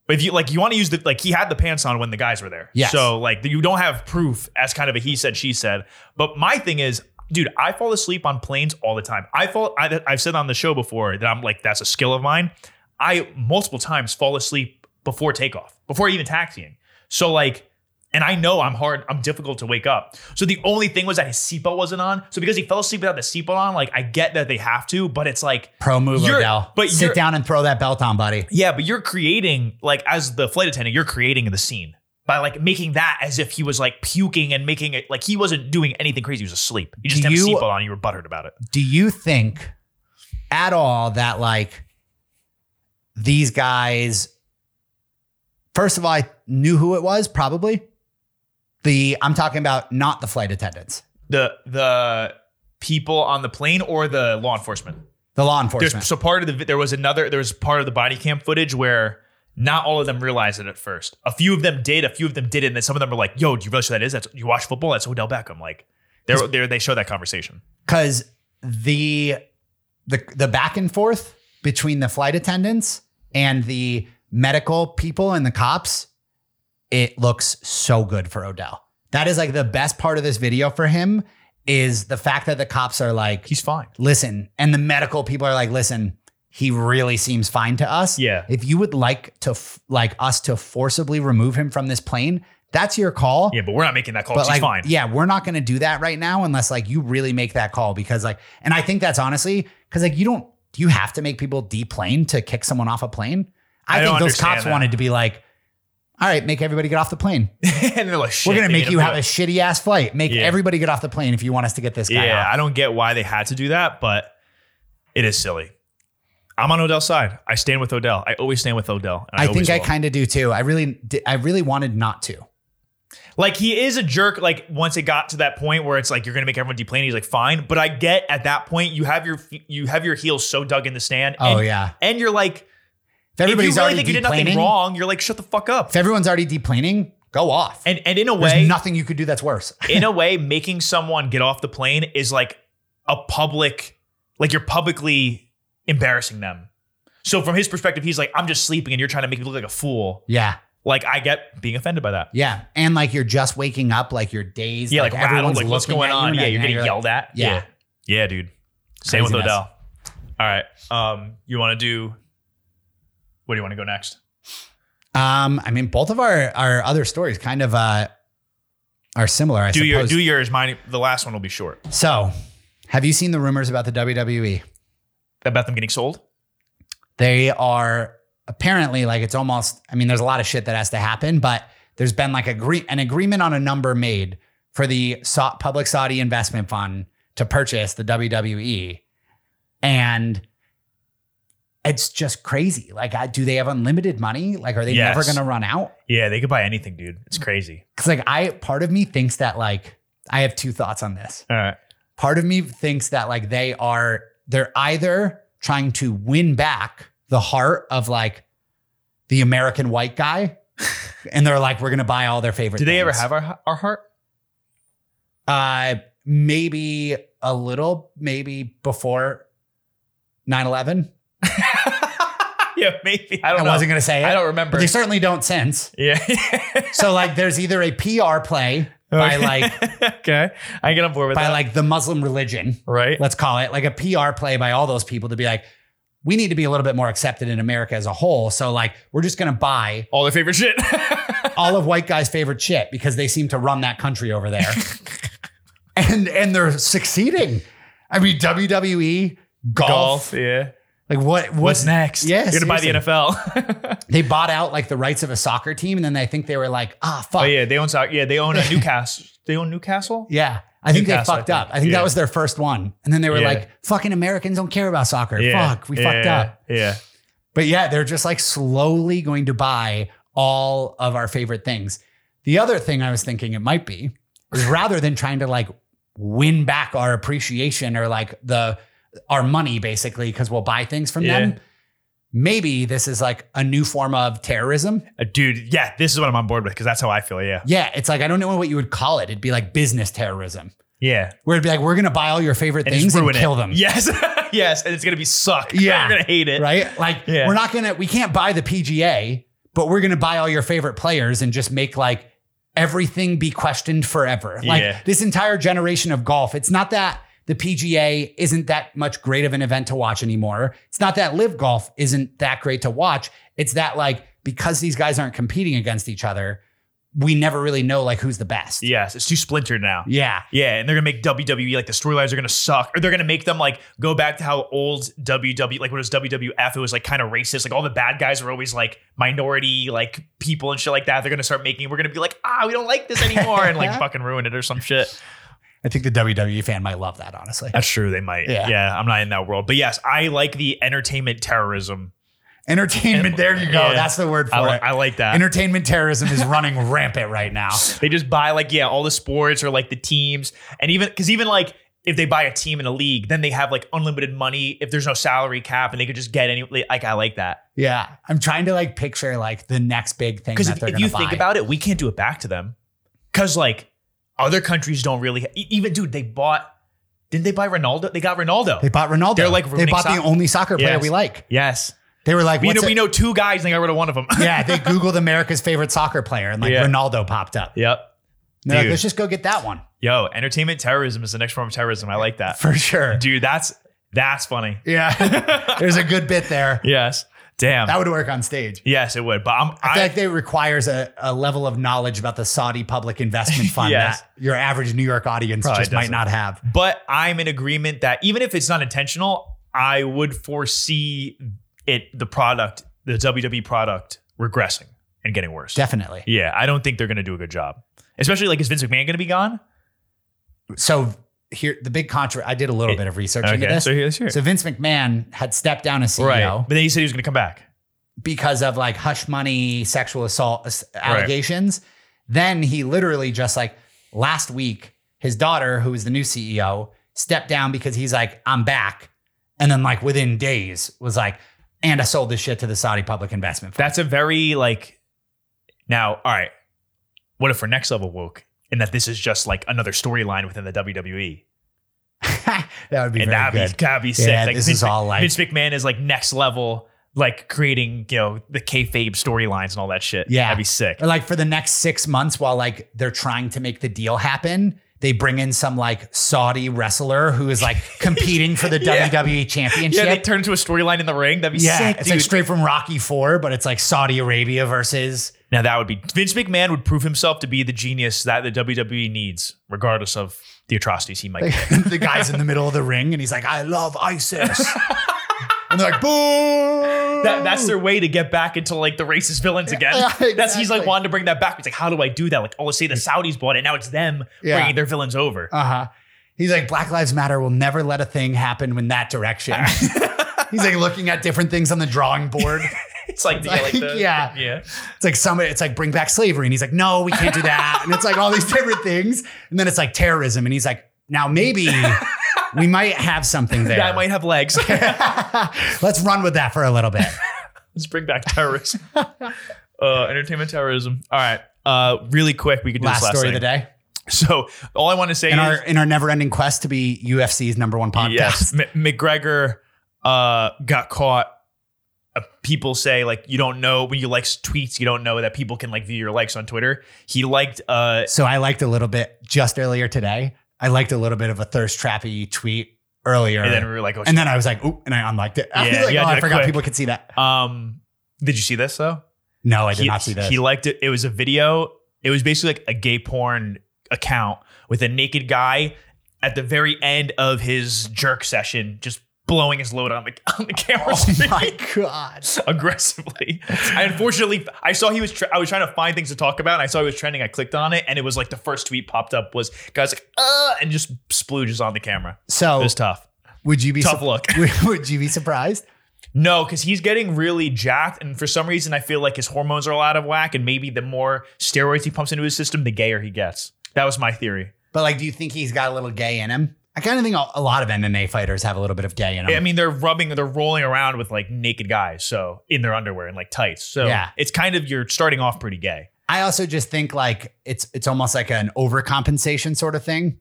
S2: But if you like, you want to use the like he had the pants on when the guys were there.
S1: Yes.
S2: So like you don't have proof as kind of a he said she said. But my thing is, dude, I fall asleep on planes all the time. I fall. I, I've said on the show before that I'm like that's a skill of mine. I multiple times fall asleep before takeoff, before even taxiing. So like, and I know I'm hard, I'm difficult to wake up. So the only thing was that his seatbelt wasn't on. So because he fell asleep without the seatbelt on, like I get that they have to, but it's like,
S1: Pro move,
S2: You're-
S1: Odell.
S2: but you're-
S1: sit down and throw that belt on, buddy.
S2: yeah, but you're creating like as the flight attendant, you're creating the scene by like making that as if he was like puking and making it like he wasn't doing anything crazy. He was asleep. You just
S1: Do
S2: had a
S1: you-
S2: seatbelt on. You were buttered about it.
S1: Do you think at all that like these guys? First of all, I knew who it was probably. The I'm talking about not the flight attendants,
S2: The the people on the plane or the law enforcement.
S1: the law
S2: There's
S1: enforcement.
S2: so part of the vi- there was another there was part of the body cam footage where not all of them realized it at first. A few of them did. A few of them didn't. And then some of them were like, "Yo, do you realize who that is? That's you watch football. That's Odell Beckham." Like, they're, they're, they show that conversation.
S1: because the the the back and forth between the flight attendants and the medical people and the cops, it looks so good for Odell. That is like the best part of this video for him is the fact that the cops are like,
S2: He's fine.
S1: listen, and the medical people are like, listen, he really seems fine to us.
S2: Yeah.
S1: If you would like to f- like us to forcibly remove him from this plane, that's your call.
S2: Yeah, but we're not making that call.
S1: But
S2: She's
S1: like,
S2: fine.
S1: yeah, we're not going to do that right now unless like you really make that call because like, and I think that's honestly because like you don't, do you have to make people deplane to kick someone off a plane?
S2: I
S1: I, think
S2: don't
S1: those
S2: understand
S1: cops
S2: that.
S1: wanted to be like, all right, make everybody get off the plane.
S2: and they're like, Shit,
S1: we're going
S2: they
S1: to make
S2: made
S1: you
S2: him
S1: have
S2: do
S1: a
S2: it."
S1: shitty ass flight. Make
S2: Yeah.
S1: everybody get off the plane if you want us to get this guy
S2: Yeah,
S1: off.
S2: I don't get why they had to do that, but it is silly. I'm on Odell's side. I stand with Odell. I always stand with Odell. and
S1: I, think
S2: always
S1: I
S2: will.
S1: kind of do too. I really, di- I really wanted not to.
S2: Like he is a jerk. Like once it got to that point where it's like you're gonna make everyone deplane, he's like fine. But I get at that point you have your f- you have your heels so dug in the stand.
S1: Oh
S2: and,
S1: yeah.
S2: and you're like
S1: If everybody's
S2: if you really
S1: already
S2: think you did nothing
S1: deplaning-
S2: wrong, you're like shut the fuck up.
S1: If everyone's already deplaning, go off.
S2: And and in a
S1: There's
S2: way,
S1: nothing you could do that's worse.
S2: in a way, making someone get off the plane is like a public, like you're publicly embarrassing them. So from his perspective, he's like, I'm just sleeping, and you're trying to make me look like a fool.
S1: Yeah.
S2: Like I get being offended by that.
S1: Yeah. And like you're just waking up, like you're dazed.
S2: Yeah, like, rattled,
S1: everyone's
S2: like what's
S1: looking
S2: going
S1: at you
S2: on?
S1: and
S2: Yeah,
S1: then
S2: you're getting
S1: like-
S2: yelled at.
S1: Yeah.
S2: yeah, Yeah, dude. Same with
S1: Craziness.
S2: Odell. All right, um, you want to do? What do you want to go next?
S1: Um, I mean, both of our our other stories kind of uh are similar, I
S2: do your
S1: suppose.
S2: do yours. Mine. The last one will be short.
S1: so have you seen the rumors about the E? WWE?
S2: About them getting sold.
S1: They are apparently like it's almost I mean, there's a lot of shit that has to happen, but there's been like agree an agreement on a number made for the Sa- public Saudi investment fund to purchase the WWE. And it's just crazy. Like, I, do they have unlimited money? Like, are they
S2: Yes.
S1: never going to run out?
S2: Yeah, they could buy anything, dude. It's crazy.
S1: Cause like I, part of me thinks that like, I have two thoughts on this.
S2: All right.
S1: Part of me thinks that like they are, they're either trying to win back the heart of like the American white guy. and they're like, we're going to buy all their favorite.
S2: Do they ever
S1: things.
S2: have our our heart?
S1: Uh, maybe a little, maybe before 9 11.
S2: yeah, maybe. I
S1: I,
S2: don't know.
S1: wasn't going to say it.
S2: I don't remember.
S1: but they certainly don't since.
S2: yeah.
S1: So, like, there's either a PR play by like,
S2: okay. I get on board with
S1: by
S2: that.
S1: like the Muslim religion,
S2: right?
S1: let's call it, like a PR play by all those people to be like, we need to be a little bit more accepted in America as a whole. So, like, we're just going to buy
S2: All their favorite shit.
S1: all of white guys' favorite shit because they seem to run that country over there. and and they're succeeding. I mean, WWE, golf,
S2: Yeah.
S1: like what
S2: What's next?
S1: Yeah,
S2: You're gonna
S1: seriously.
S2: buy the NFL.
S1: they bought out like the rights of a soccer team, and then I think they were like, ah, fuck,
S2: oh
S1: yeah.
S2: yeah, they own soccer. Yeah, they own a Newcastle. they own Newcastle.
S1: I think they
S2: Newcastle,
S1: fucked
S2: I
S1: up.
S2: think.
S1: I think
S2: Yeah.
S1: that was their first one, and then they were
S2: Yeah.
S1: like, fucking Americans don't care about soccer. Fuck, we fucked
S2: yeah,
S1: up.
S2: Yeah.
S1: But yeah, they're just like slowly going to buy all of our favorite things. The other thing I was thinking it might be is rather than trying to like win back our appreciation or like the our money basically because we'll buy things from
S2: Yeah.
S1: them. Maybe this is like a new form of terrorism.
S2: Uh, Dude, yeah, this is what I'm on board with because that's how I feel. Yeah.
S1: Yeah, it's like I don't know what you would call it. It'd be like business terrorism,
S2: Yeah.
S1: where it'd be like we're gonna buy all your favorite
S2: And
S1: things
S2: just
S1: and
S2: ruin
S1: kill
S2: it.
S1: them,
S2: Yes. yes. And it's gonna be suck.
S1: Yeah.
S2: You're gonna hate it.
S1: right? Like
S2: Yeah.
S1: we're not gonna, we can't buy the PGA, but we're gonna buy all your favorite players and just make like everything be questioned forever. Like
S2: Yeah.
S1: this entire generation of golf, it's not that the PGA isn't that much great of an event to watch anymore. It's not that live golf isn't that great to watch. It's that like because these guys aren't competing against each other, we never really know like who's the best.
S2: Yes. It's too splintered now.
S1: Yeah.
S2: Yeah, and they're gonna make WWE like the storylines are gonna suck, or they're gonna make them like go back to how old WW like when it was WWF, it was like kind of racist. Like all the bad guys were always like minority like people and shit like that. They're gonna start making we're gonna be like ah we don't like this anymore and like fucking ruin it or some shit.
S1: I think the WWE fan might love that, honestly.
S2: That's true. They might.
S1: Yeah.
S2: yeah, I'm not in that world, but yes, I like the entertainment terrorism.
S1: Entertainment, there you go.
S2: Yeah.
S1: That's the word for
S2: I, li-
S1: it.
S2: I like that.
S1: Entertainment terrorism is running rampant right now.
S2: They just buy like yeah, all the sports or like the teams, and even because even like if they buy a team in a league, then they have like unlimited money if there's no salary cap, and they could just get any. Like I like that
S1: Yeah, I'm trying to like picture like the next big thing
S2: because
S1: that
S2: if,
S1: they're
S2: if
S1: gonna
S2: you
S1: buy.
S2: think about it, we can't do it back to them because like other countries don't really e- even dude they bought Didn't they buy Ronaldo? They got Ronaldo.
S1: They bought Ronaldo.
S2: They're like
S1: they
S2: ruining
S1: bought the
S2: soccer.
S1: only soccer player
S2: Yes.
S1: we like.
S2: yes.
S1: They were like,
S2: We
S1: What's
S2: know,
S1: it-
S2: we know two guys. and They got rid of one of them.
S1: yeah, they Googled America's favorite soccer player and like
S2: Yeah.
S1: Ronaldo popped up.
S2: yep.
S1: They're like,
S2: Dude.
S1: let's just go get that one
S2: Yo, entertainment terrorism is the next form of terrorism. I like that.
S1: for sure.
S2: Dude, that's that's funny.
S1: Yeah, there's a good bit there.
S2: Yes. Damn.
S1: That would work on stage.
S2: yes, it would. But I'm
S1: I
S2: I,
S1: feel like that requires a, a level of knowledge about the Saudi public investment fund
S2: Yes.
S1: that your average New York audience
S2: Probably
S1: just might
S2: doesn't.
S1: not have.
S2: but I'm in agreement that even if it's not intentional, I would foresee it the product, the WWE product regressing and getting worse.
S1: Definitely.
S2: Yeah, I don't think they're gonna do a good job. Especially like is Vince McMahon gonna be gone?
S1: So here, the big controversy. I did a little bit of research into this.
S2: So here's here.
S1: So Vince McMahon had stepped down as CEO
S2: right. But then he said he was gonna come back.
S1: because of like hush money, sexual assault ass- allegations. Then he literally just like last week, his daughter, who is the new CEO, stepped down because he's like, I'm back. And then like within days was like, and I sold this shit to the Saudi Public Investment Fund.
S2: That's a very like now, all right. What if we're next level woke and that this is just like another storyline within the E? WWE?
S1: that would be very
S2: and that'd
S1: good.
S2: be, that'd be sick.
S1: Yeah,
S2: like
S1: this
S2: Vince,
S1: is all like-
S2: Vince McMahon is like next level, like creating, you know, the kayfabe storylines and all that shit.
S1: Yeah.
S2: That'd be sick.
S1: Or, like for the next six months while like they're trying to make the deal happen they bring in some like saudi wrestler who is like competing for the
S2: Yeah.
S1: wwe
S2: Yeah,
S1: championship
S2: they turn into a storyline in the ring. That'd be
S1: yeah
S2: sick.
S1: it's
S2: dude.
S1: like straight from rocky four but it's like saudi arabia versus
S2: now that would be Vince McMahon would prove himself to be the genius that the WWE needs, regardless of the atrocities he might commit.
S1: the guy's in the middle of the ring and he's like i love isis and they're like boo
S2: That, that's their way to get back into like the racist villains again.
S1: yeah,
S2: That's he's like
S1: exactly. Mm.
S2: wanting to bring that back. It's like, how do I do that? Like, oh, let's say the Saudis bought it. Now it's them
S1: Yeah.
S2: bringing their villains over.
S1: uh-huh he's like black lives matter will never let a thing happen in that direction he's like looking at different things on the drawing board
S2: It's like, yeah, like the,
S1: Yeah.
S2: yeah.
S1: It's like somebody, it's like bring back slavery. And he's like, no, we can't do that. and it's like all these different things. And then it's like terrorism. And he's like, now maybe we might have something there.
S2: That might have legs.
S1: Let's run with that for a little bit.
S2: Let's bring back terrorism. uh, entertainment terrorism. All right. Uh, really quick, we could do
S1: Last,
S2: this last
S1: story of
S2: thing.
S1: the day.
S2: So all I want to say
S1: In
S2: is
S1: our in our never ending quest to be UFC's number one podcast.
S2: yes, M- McGregor uh, got caught. Uh, people say like you don't know when you like tweets, you don't know that people can like view your likes on Twitter. He liked uh,
S1: So I liked a little bit just earlier today. I liked a little bit of a thirst trappy tweet earlier.
S2: and then we were like, oh,
S1: And then I was like, oop, and I unliked it. I was
S2: Yeah,
S1: like,
S2: you
S1: oh,
S2: gotta do
S1: I
S2: it
S1: forgot
S2: quick.
S1: people could see that.
S2: um, did you see this though?
S1: No, I did
S2: he,
S1: not see this.
S2: He liked it. It was a video. It was basically like a gay porn account with a naked guy at the very end of his jerk session, just blowing his load on the on the camera
S1: oh my God.
S2: aggressively. I unfortunately I saw he was tr I was trying to find things to talk about and I saw he was trending. I clicked on it and it was like the first tweet popped up was guys like uh and just splooges on the camera. It
S1: So
S2: was tough.
S1: would you be
S2: Tough look.
S1: would, would you be surprised?
S2: No, because he's getting really jacked, and for some reason, I feel like his hormones are all out of whack, and maybe the more steroids he pumps into his system, the gayer he gets. That was my theory.
S1: But like, do you think he's got a little gay in him? I kind of think a, a lot of MMA fighters have a little bit of gay in them.
S2: I mean, they're rubbing, they're rolling around with like naked guys, so in their underwear and like tights. So
S1: Yeah.
S2: it's kind of you're starting off pretty gay.
S1: I also just think like it's it's almost like an overcompensation sort of thing.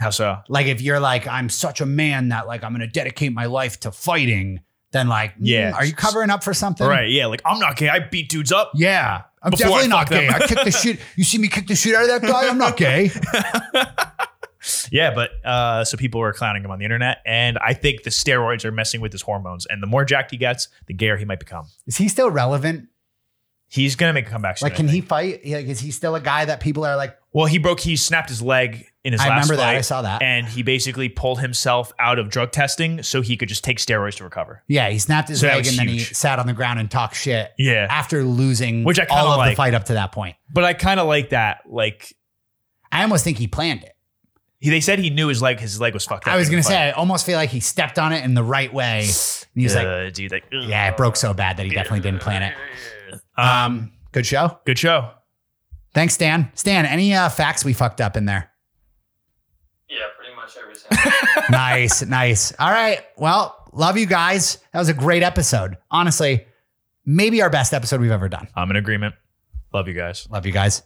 S2: How so?
S1: Like if you're like, I'm such a man that like I'm going to dedicate my life to fighting, then like, mm,
S2: Yeah.
S1: are you covering up for something?
S2: Right? Yeah. Like I'm not gay. I beat dudes up.
S1: Yeah. I'm
S2: Before I
S1: definitely not
S2: fuck them.
S1: gay. I kick the shit. You see me kick the shit out of that guy? I'm not gay.
S2: Yeah, but uh, so people were clowning him on the internet, and I think the steroids are messing with his hormones, and the more jacked he gets, the gayer he might become.
S1: Is he still relevant?
S2: He's gonna make a comeback. soon,
S1: Like,
S2: I
S1: can
S2: think.
S1: he fight? Like, is he still a guy that people are like?
S2: Well, he broke. He snapped his leg in his
S1: I
S2: last
S1: remember that.
S2: fight,
S1: I saw that.
S2: and he basically pulled himself out of drug testing so he could just take steroids to recover.
S1: Yeah, he snapped his
S2: So that
S1: leg
S2: was
S1: and then he
S2: huge.
S1: sat on the ground and talked shit
S2: Yeah,
S1: after losing
S2: Which I kinda
S1: all of the
S2: like.
S1: fight up to that point.
S2: but I kind of like that. Like
S1: I almost think he planned it.
S2: he, they said he knew his leg. His leg was fucked up.
S1: I was
S2: in the
S1: gonna say
S2: fight.
S1: I almost feel like he stepped on it in the right way. And he was like,
S2: Uh, dude, like, ugh.
S1: Yeah, it broke so bad that he definitely didn't plan it.
S2: Um,
S1: Um, good show.
S2: good show.
S1: Thanks, Stan. Stan, any uh, facts we fucked up in there?
S4: Yeah, pretty much everything.
S1: nice, nice. All right. Well, love you guys. That was a great episode. Honestly, maybe our best episode we've ever done.
S2: I'm in agreement. Love you guys.
S1: Love you guys.